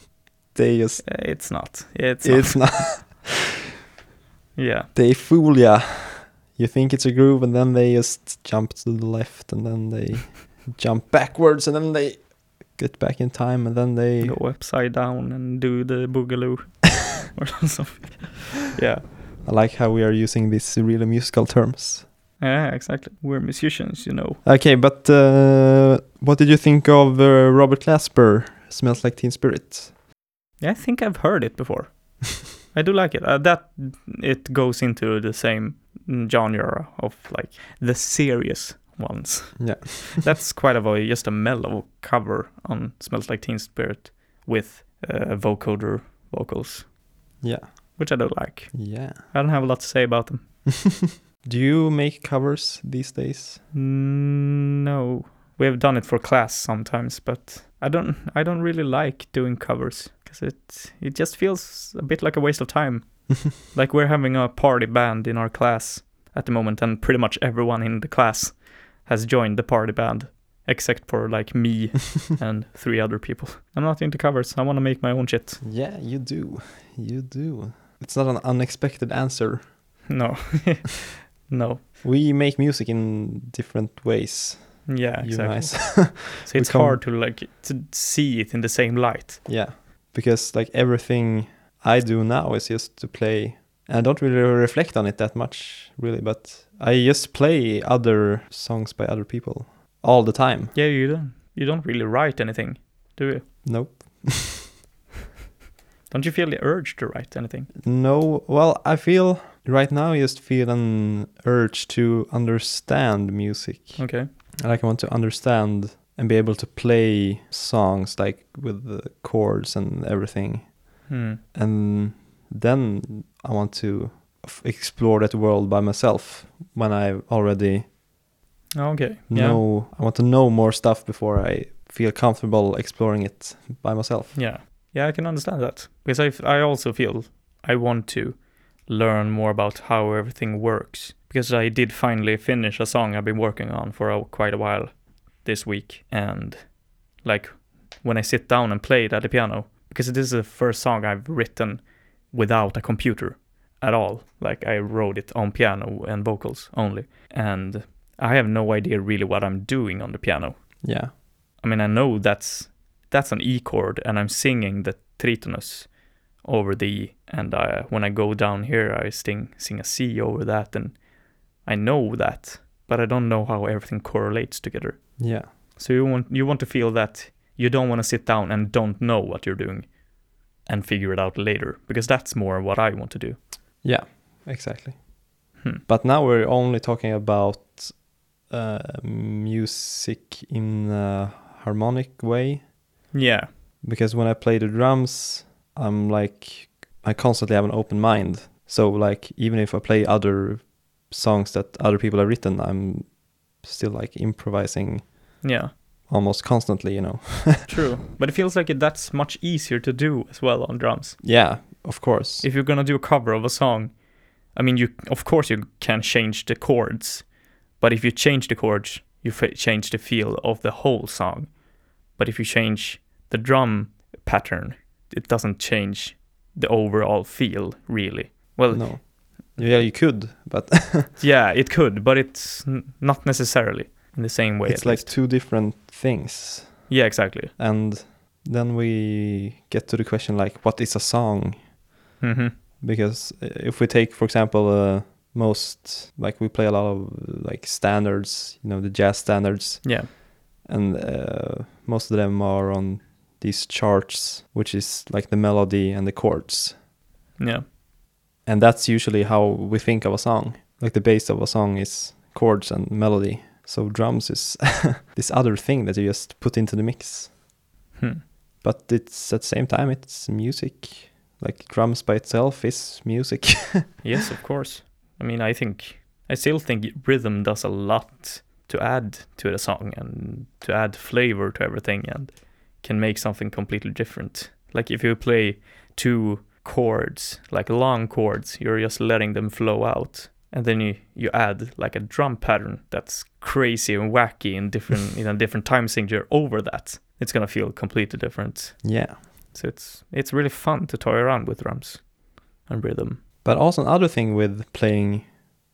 A: (laughs) they just
B: Uh, It's not. It's,
A: it's
B: not.
A: not
B: Yeah.
A: they fool ya you think it's a groove and then they just jump to the left and then
B: (laughs)
A: they jump backwards and then they get back in time and then they
B: Go upside down and do the boogaloo (laughs) or something. Yeah.
A: i like how we are using these really musical terms
B: Yeah, exactly. We're musicians, you know.
A: Okay, but uh, what did you think of uh, Robert Glasper? Smells like Teen Spirit.
B: Yeah, I think I've heard it before. I do like it. Uh, that it goes into the same mm, genre of like the serious ones.
A: Yeah.
B: (laughs) that's quite a vo- just a mellow cover on "Smells Like Teen Spirit" with uh, vocoder vocals,
A: Yeah,
B: which I don't like.
A: (laughs) yeah.
B: I don't have a lot to say about them.
A: (laughs) Do you make covers these days?
B: Mm, No, we have done it for class sometimes, but I don't. I don't really like doing covers because it it just feels a bit like a waste of time. Like we're having a party band in our class at the moment, and pretty much everyone in the class has joined the party band, except for like me and three other people. I'm not into covers. I want to make my own shit.
A: yeah, you do. You do. It's not an unexpected answer.
B: No, (laughs) no.
A: We make music in different ways.
B: Yeah,
A: you
B: exactly.
A: guys. (laughs)
B: So it's
A: come-
B: hard to like to see it in the same light.
A: yeah, because like everything I do now is just to play. I don't really reflect on it that much, really, but I just play other songs by other people all the time.
B: Yeah, you don't. You don't really write anything, do you?
A: Nope.
B: Don't you feel the urge to write anything?
A: No, well, I feel right now I just feel an urge to understand music.
B: Okay.
A: Like I want to understand and be able to play songs like with the chords and everything.
B: Hmm.
A: And then I want to f- explore that world by myself when I already
B: Okay. Yeah.
A: know I want to know more stuff before I feel comfortable exploring it by myself.
B: Yeah. Yeah, I can understand that. Because I, f- I also feel I want to learn more about how everything works. Because I did finally finish a song I've been working on for a, quite a while this week. And like when I sit down and play it at the piano, because it is the first song I've written without a computer at all. Like I wrote it on piano and vocals only. And I have no idea really what I'm doing on the piano.
A: Yeah.
B: I mean, I know that's that's an E chord, and I'm singing the tritonus over the E, and I, when I go down here, I sing sing a C over that, and I know that, but I don't know how everything correlates together.
A: Yeah.
B: So you want you want to feel that you don't want to sit down and don't know what you're doing, and figure it out later, because that's more what I want to do.
A: Yeah, exactly.
B: Hmm.
A: But now we're only talking about uh, music in a harmonic way
B: Yeah,
A: because when I play the drums, I'm like I constantly have an open mind. So like even if I play other songs that other people have written, I'm still like improvising
B: Yeah,
A: almost constantly, you know.
B: true. But it feels like it, that's much easier to do as well on drums.
A: Yeah, of course.
B: If you're gonna do a cover of a song, I mean, you of course you can change the chords, but if you change the chords, you f- change the feel of the whole song. But if you change the drum pattern, it doesn't change the overall feel really. Well,
A: no. Yeah, you could, but (laughs)
B: Yeah, it could, but it's n- not necessarily in the same way.
A: it's
B: at
A: like
B: least.
A: two different things.
B: yeah, exactly.
A: And then we get to the question like what is a song?
B: hmm
A: because uh, if we take for example uh, most like we play a lot of like standards you know the jazz standards
B: Yeah,
A: and uh, most of them are on these charts which is like the melody and the chords
B: yeah,
A: and that's usually how we think of a song like the base of a song is chords and melody so drums is (laughs) this other thing that you just put into the mix
B: hmm.
A: but it's at the same time it's music like drums by itself is music (laughs)
B: yes, of course. I mean, I think I still think rhythm does a lot to add to the song and to add flavor to everything and can make something completely different. Like if you play two chords, like long chords, you're just letting them flow out. And then you, you add like a drum pattern that's crazy and wacky in different in a different time signature over that. It's gonna feel completely different.
A: yeah
B: So it's it's really fun to toy around with drums and rhythm.
A: But also another thing with playing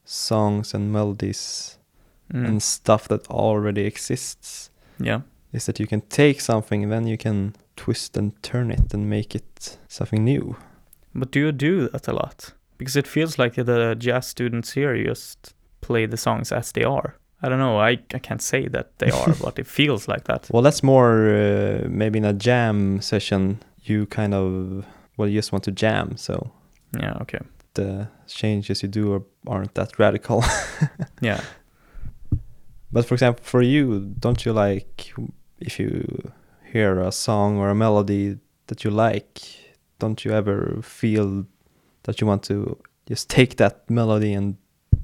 A: songs and melodies
B: Mm.
A: and stuff that already exists
B: yeah.
A: is that you can take something and then you can twist and turn it and make it something new.
B: But do you do that a lot? Because it feels like the jazz students here just play the songs as they are. I don't know, I, I can't say that they are, but it feels like that.
A: Well, that's more uh, maybe in a jam session you kind of well you just want to jam, so
B: Yeah, okay.
A: the changes you do are, aren't that radical.
B: Yeah.
A: But for example, for you, don't you like if you hear a song or a melody that you like, don't you ever feel that you want to just take that melody and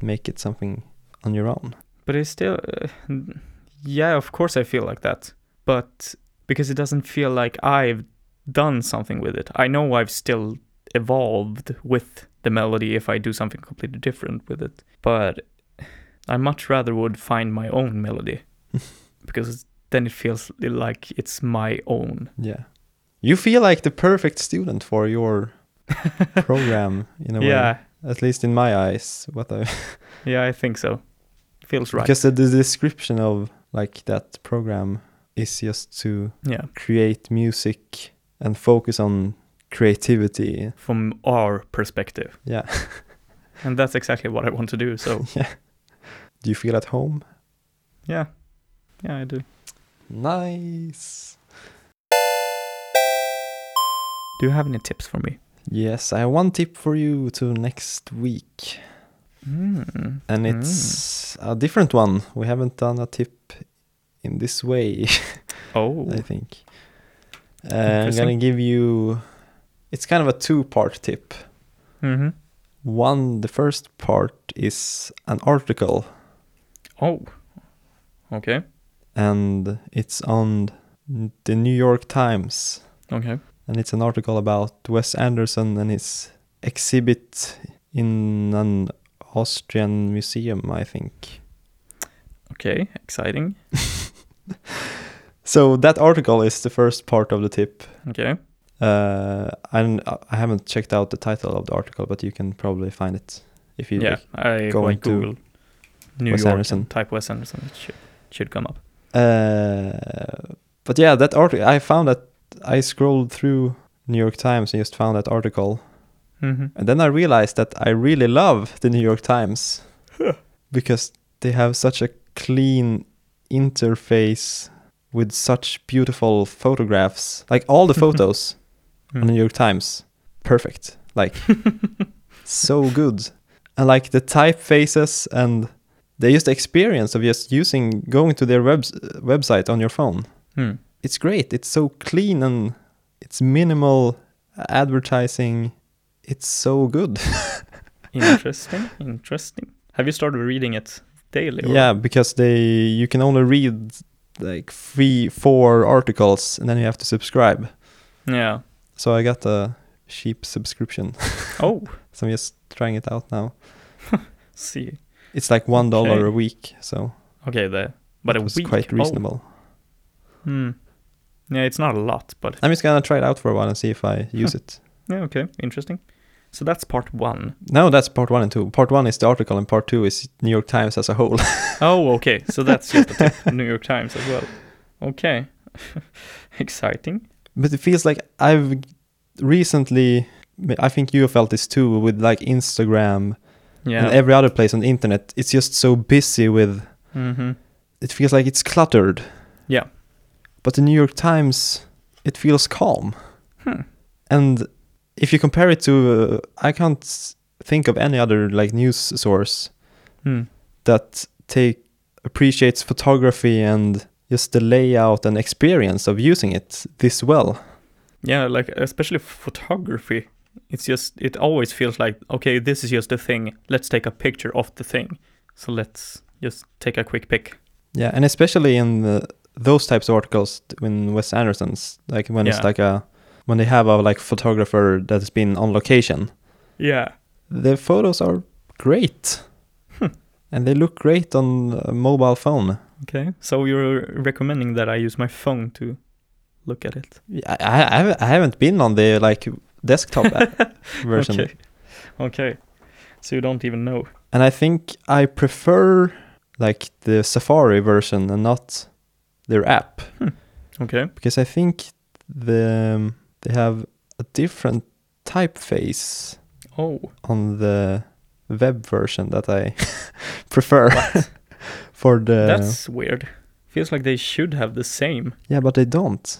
A: make it something on your own?
B: But it's still, uh, n- yeah, of course I feel like that. But because it doesn't feel like I've done something with it. I know I've still evolved with the melody if I do something completely different with it. But I much rather would find my
A: (laughs)
B: own melody because then it feels like it's my own.
A: Yeah. You feel like the perfect student for
B: (laughs)
A: your program in a way.
B: Yeah,
A: At least in my eyes, what I
B: yeah, I think so. Feels right.
A: because the, the description of like that program is just to
B: yeah,
A: create music and focus on creativity.
B: from our perspective.
A: Yeah. (laughs)
B: And that's exactly what I want to do. So,
A: yeah. Do you feel at home?
B: yeah, yeah, I do.
A: Nice.
B: Do you have any tips for me?
A: Yes, I have one tip for you to next week.
B: Mm.
A: And it's a different one. We haven't done a tip in this way, (laughs)
B: Oh,
A: I think. Uh, I'm
B: Interesting.
A: going to give you. It's kind of a two part tip.
B: mm-hmm.
A: One, the first part is an article,
B: oh, okay,
A: and it's on the New York Times.
B: okay,
A: and it's an article about Wes Anderson and his exhibit in an Austrian museum, I think.
B: okay, exciting.
A: So that article is the first part of the tip.
B: Okay,
A: Uh, and I I haven't checked out the title of the article, but you can probably find it if you.
B: yeah, I
A: going
B: like
A: to
B: Google New
A: Wes
B: York
A: Anderson.
B: and type Wes Anderson. It should, should come up.
A: Uh, but yeah, that article I found that I scrolled through New York Times and just found that article,
B: Mm-hmm.
A: and then I realized that I really love the New York Times. because they have such a clean interface with such beautiful photographs. Like all the photos
B: Hmm.
A: on
B: Mm-hmm.
A: the New York Times, perfect. Like so good. And like the typefaces and they just the experience of just using going to their webs- website on your phone.
B: Mm.
A: It's great. It's so clean and it's minimal advertising. It's so good.
B: (laughs) Interesting, interesting. Have you started reading it daily. or-
A: Yeah, because they you can only read like three, four articles, and then you have to subscribe.
B: Yeah.
A: So I got a cheap subscription, (laughs)
B: Oh,
A: so I'm just trying it out now.
B: see.
A: It's like one dollar
B: Okay.
A: a week, so
B: Okay, there. But
A: it
B: a
A: was
B: week.
A: quite
B: oh,
A: reasonable.
B: hmm. Yeah, it's not a lot, but
A: I'm just gonna try it out for a while and see if
B: (laughs)
A: I use it.
B: yeah, okay, interesting. So that's part one.
A: No, that's part one and two. Part one is the article, and part two is New York Times as a whole. (laughs)
B: Oh, okay. So that's just the tip. New York Times as well. Okay. (laughs) Exciting.
A: but it feels like I've recently. I think you felt this too with like Instagram
B: Yeah.
A: and every other place on the internet. It's just so busy with
B: mm-hmm.
A: it feels like it's cluttered.
B: Yeah.
A: But the New York Times, it feels calm.
B: Hmm.
A: And if you compare it to, uh, I can't s- think of any other like news source
B: Hmm.
A: that take appreciates photography and just the layout and experience of using it this well.
B: Yeah, like especially photography. It's just it always feels like okay, this is just a thing. Let's take a picture of the thing. So let's just take a quick pic.
A: Yeah, and especially in the, those types of articles t- when Wes Anderson's like when it's
B: Yeah.
A: like a when they have a like photographer that has been on location.
B: Yeah.
A: the photos are great
B: Hmm.
A: and they look great on a mobile phone
B: Okay. So you're recommending that I use my phone to look at it.
A: I, I, I haven't- I haven't been on the like
B: (laughs)
A: desktop a- version
B: Okay. Okay. So you don't even know.
A: and i think i prefer like the safari version and not their app
B: Okay.
A: because i think the um, they have a different typeface
B: Oh.
A: on the web version that i (laughs) prefer (laughs) for the
B: That's weird. Feels like they should have the same.
A: yeah but they don't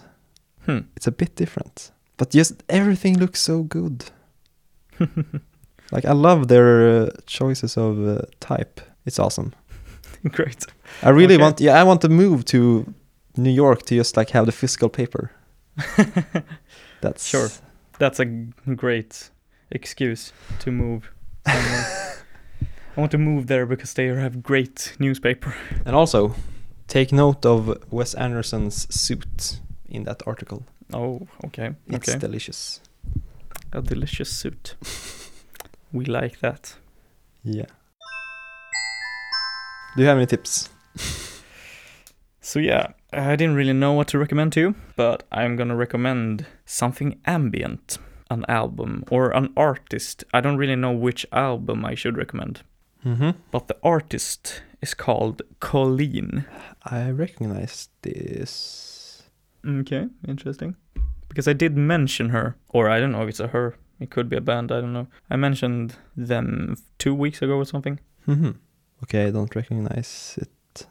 B: Hmm. (laughs)
A: it's a bit different. But just everything looks so good.
B: (laughs)
A: like I love their uh, choices of uh, type. It's awesome.
B: Great.
A: I really
B: Okay.
A: want. Yeah, I want to move to New York to just like have the physical
B: (laughs)
A: paper. That's
B: Sure. That's a g- great excuse to move. somewhere. I want to move there because they have great newspaper.
A: And also, take note of Wes Anderson's suit in that article.
B: Oh, okay.
A: It's
B: okay.
A: delicious.
B: a delicious suit. we like that.
A: Yeah. Do you have any tips?
B: So yeah, I didn't really know what to recommend to you, but I'm gonna recommend something ambient, an album or an artist. I don't really know which album I should recommend,
A: Mm-hmm.
B: but the artist is called Colleen.
A: I recognize this.
B: Okay, interesting. Because I did mention her, or I don't know if it's a her. It could be a band. I don't know. I mentioned them two weeks ago or something.
A: hmm Okay, I don't recognize it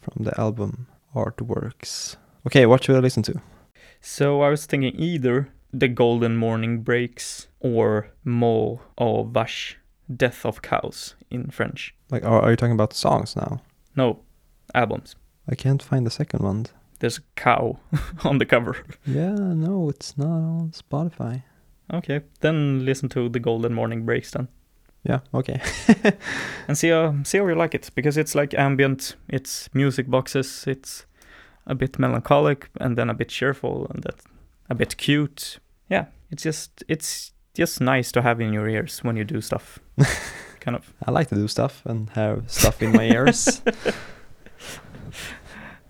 A: from the album artworks. Okay, what should I listen to?
B: So I was thinking either The Golden Morning Breaks or Mo au Vache, Death of Cows in French.
A: Like, are, are you talking about songs now?
B: No, albums.
A: I can't find the second one.
B: There's a cow (laughs) on the cover.
A: Yeah, no, it's not on Spotify.
B: Okay, then listen to The Golden Morning Breaks then.
A: Yeah, okay. (laughs)
B: and see how, see how you like it because it's like ambient it's music boxes it's a bit melancholic and then a bit cheerful and that a bit cute yeah it's just it's just nice to have in your ears when you do (laughs) stuff kind of
A: I like to do stuff and have stuff in my (laughs) ears.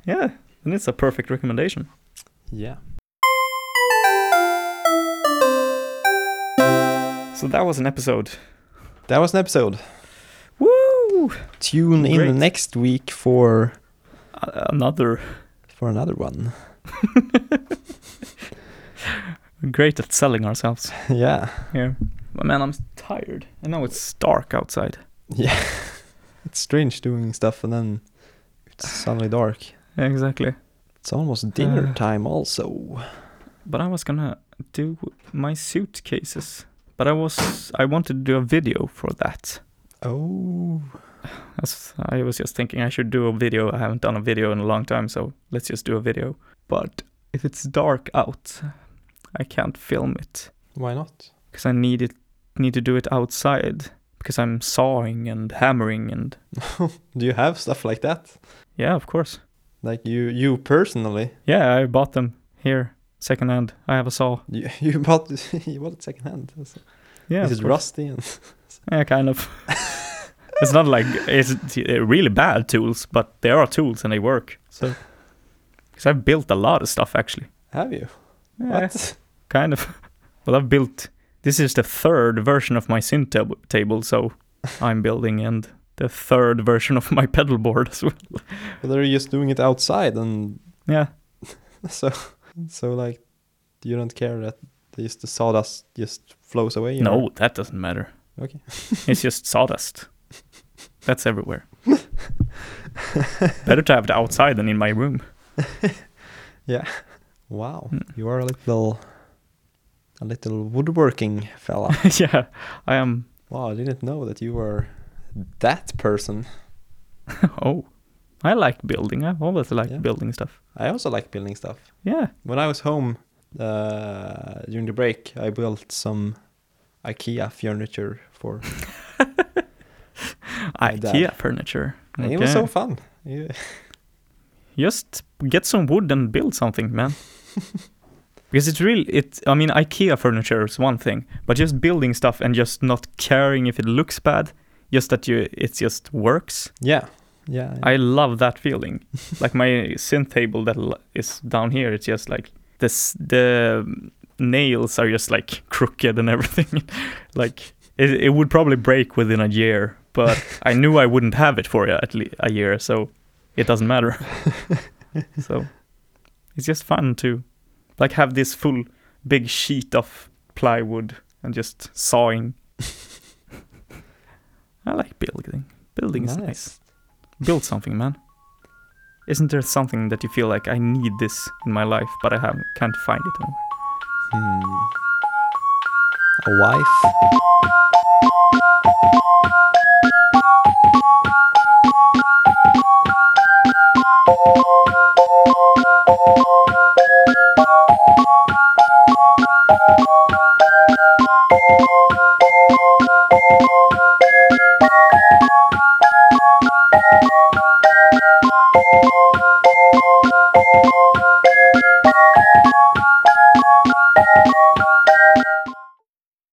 B: yeah and it's a perfect recommendation
A: Yeah.
B: so that was an episode
A: That was an episode.
B: woo
A: Tune
B: Great.
A: in next week for
B: A- another
A: for another one. (laughs)
B: great at selling (laughs) ourselves
A: yeah.
B: here but man i'm tired i know it's dark outside
A: Yeah. it's strange doing stuff and then it's suddenly dark.
B: yeah, exactly
A: It's almost dinner (sighs)
B: Uh.
A: time also.
B: But I was gonna do my suitcases. But I was I wanted to do a video for that.
A: Oh,
B: As I was just thinking I should do a video. I haven't done a video in a long time, so let's just do a video. But if it's dark out, I can't film it
A: why not?
B: because I need it need to do it outside. because I'm sawing and hammering and
A: Do you have stuff like that?
B: yeah, of course.
A: Like you, you personally,
B: Yeah, I bought them here secondhand. I have a saw.
A: you, (laughs) you bought you bought it secondhand. Is
B: Yeah, of
A: it
B: course.
A: rusty? And
B: Yeah, kind
A: (laughs)
B: of. it's not like it's uh, really bad tools, but there are tools and they work. (laughs) So, because I've built a lot of stuff actually.
A: (laughs) have you?
B: Yeah,
A: What?
B: kind of. (laughs) Well, I've built. This is the third version of my synth tab- table, so I'm building and the third version of my pedal board as well.
A: But they're just doing it outside, and
B: Yeah,
A: so so like you don't care that just the sawdust just flows away. or-
B: no, that doesn't matter.
A: Okay.
B: (laughs) it's just sawdust.
A: (laughs)
B: That's everywhere. Better to have it outside than in my room. (laughs)
A: Wow,
B: Mm.
A: you are a little a little woodworking fella.
B: (laughs) yeah, I am.
A: wow, I didn't know that you were that person.
B: Oh, I like building. I've always liked
A: Yeah.
B: building stuff.
A: I also like building stuff.
B: Yeah.
A: When I was home uh, during the break, I built some IKEA furniture for. Like that.
B: IKEA furniture.
A: and It was so
B: Okay.
A: fun. Yeah.
B: Just get some wood and build something,
A: (laughs)
B: man. because it's really it I mean IKEA furniture is one thing, but just building stuff and just not caring if it looks bad, just that you it just works.
A: Yeah, yeah.
B: I love that feeling. like my synth table that l- is down here, it's just like this the nails are just like (laughs) crooked and everything. (laughs) like it, it would probably break within a year, but I knew I wouldn't have it for at least a year, so it doesn't matter. so it's just fun to like have this full big sheet of plywood and just sawing. I like building. Building is nice build something, man. Isn't there something that you feel like I need this in my life, but I have, can't find it anymore?
A: Hmm. A wife.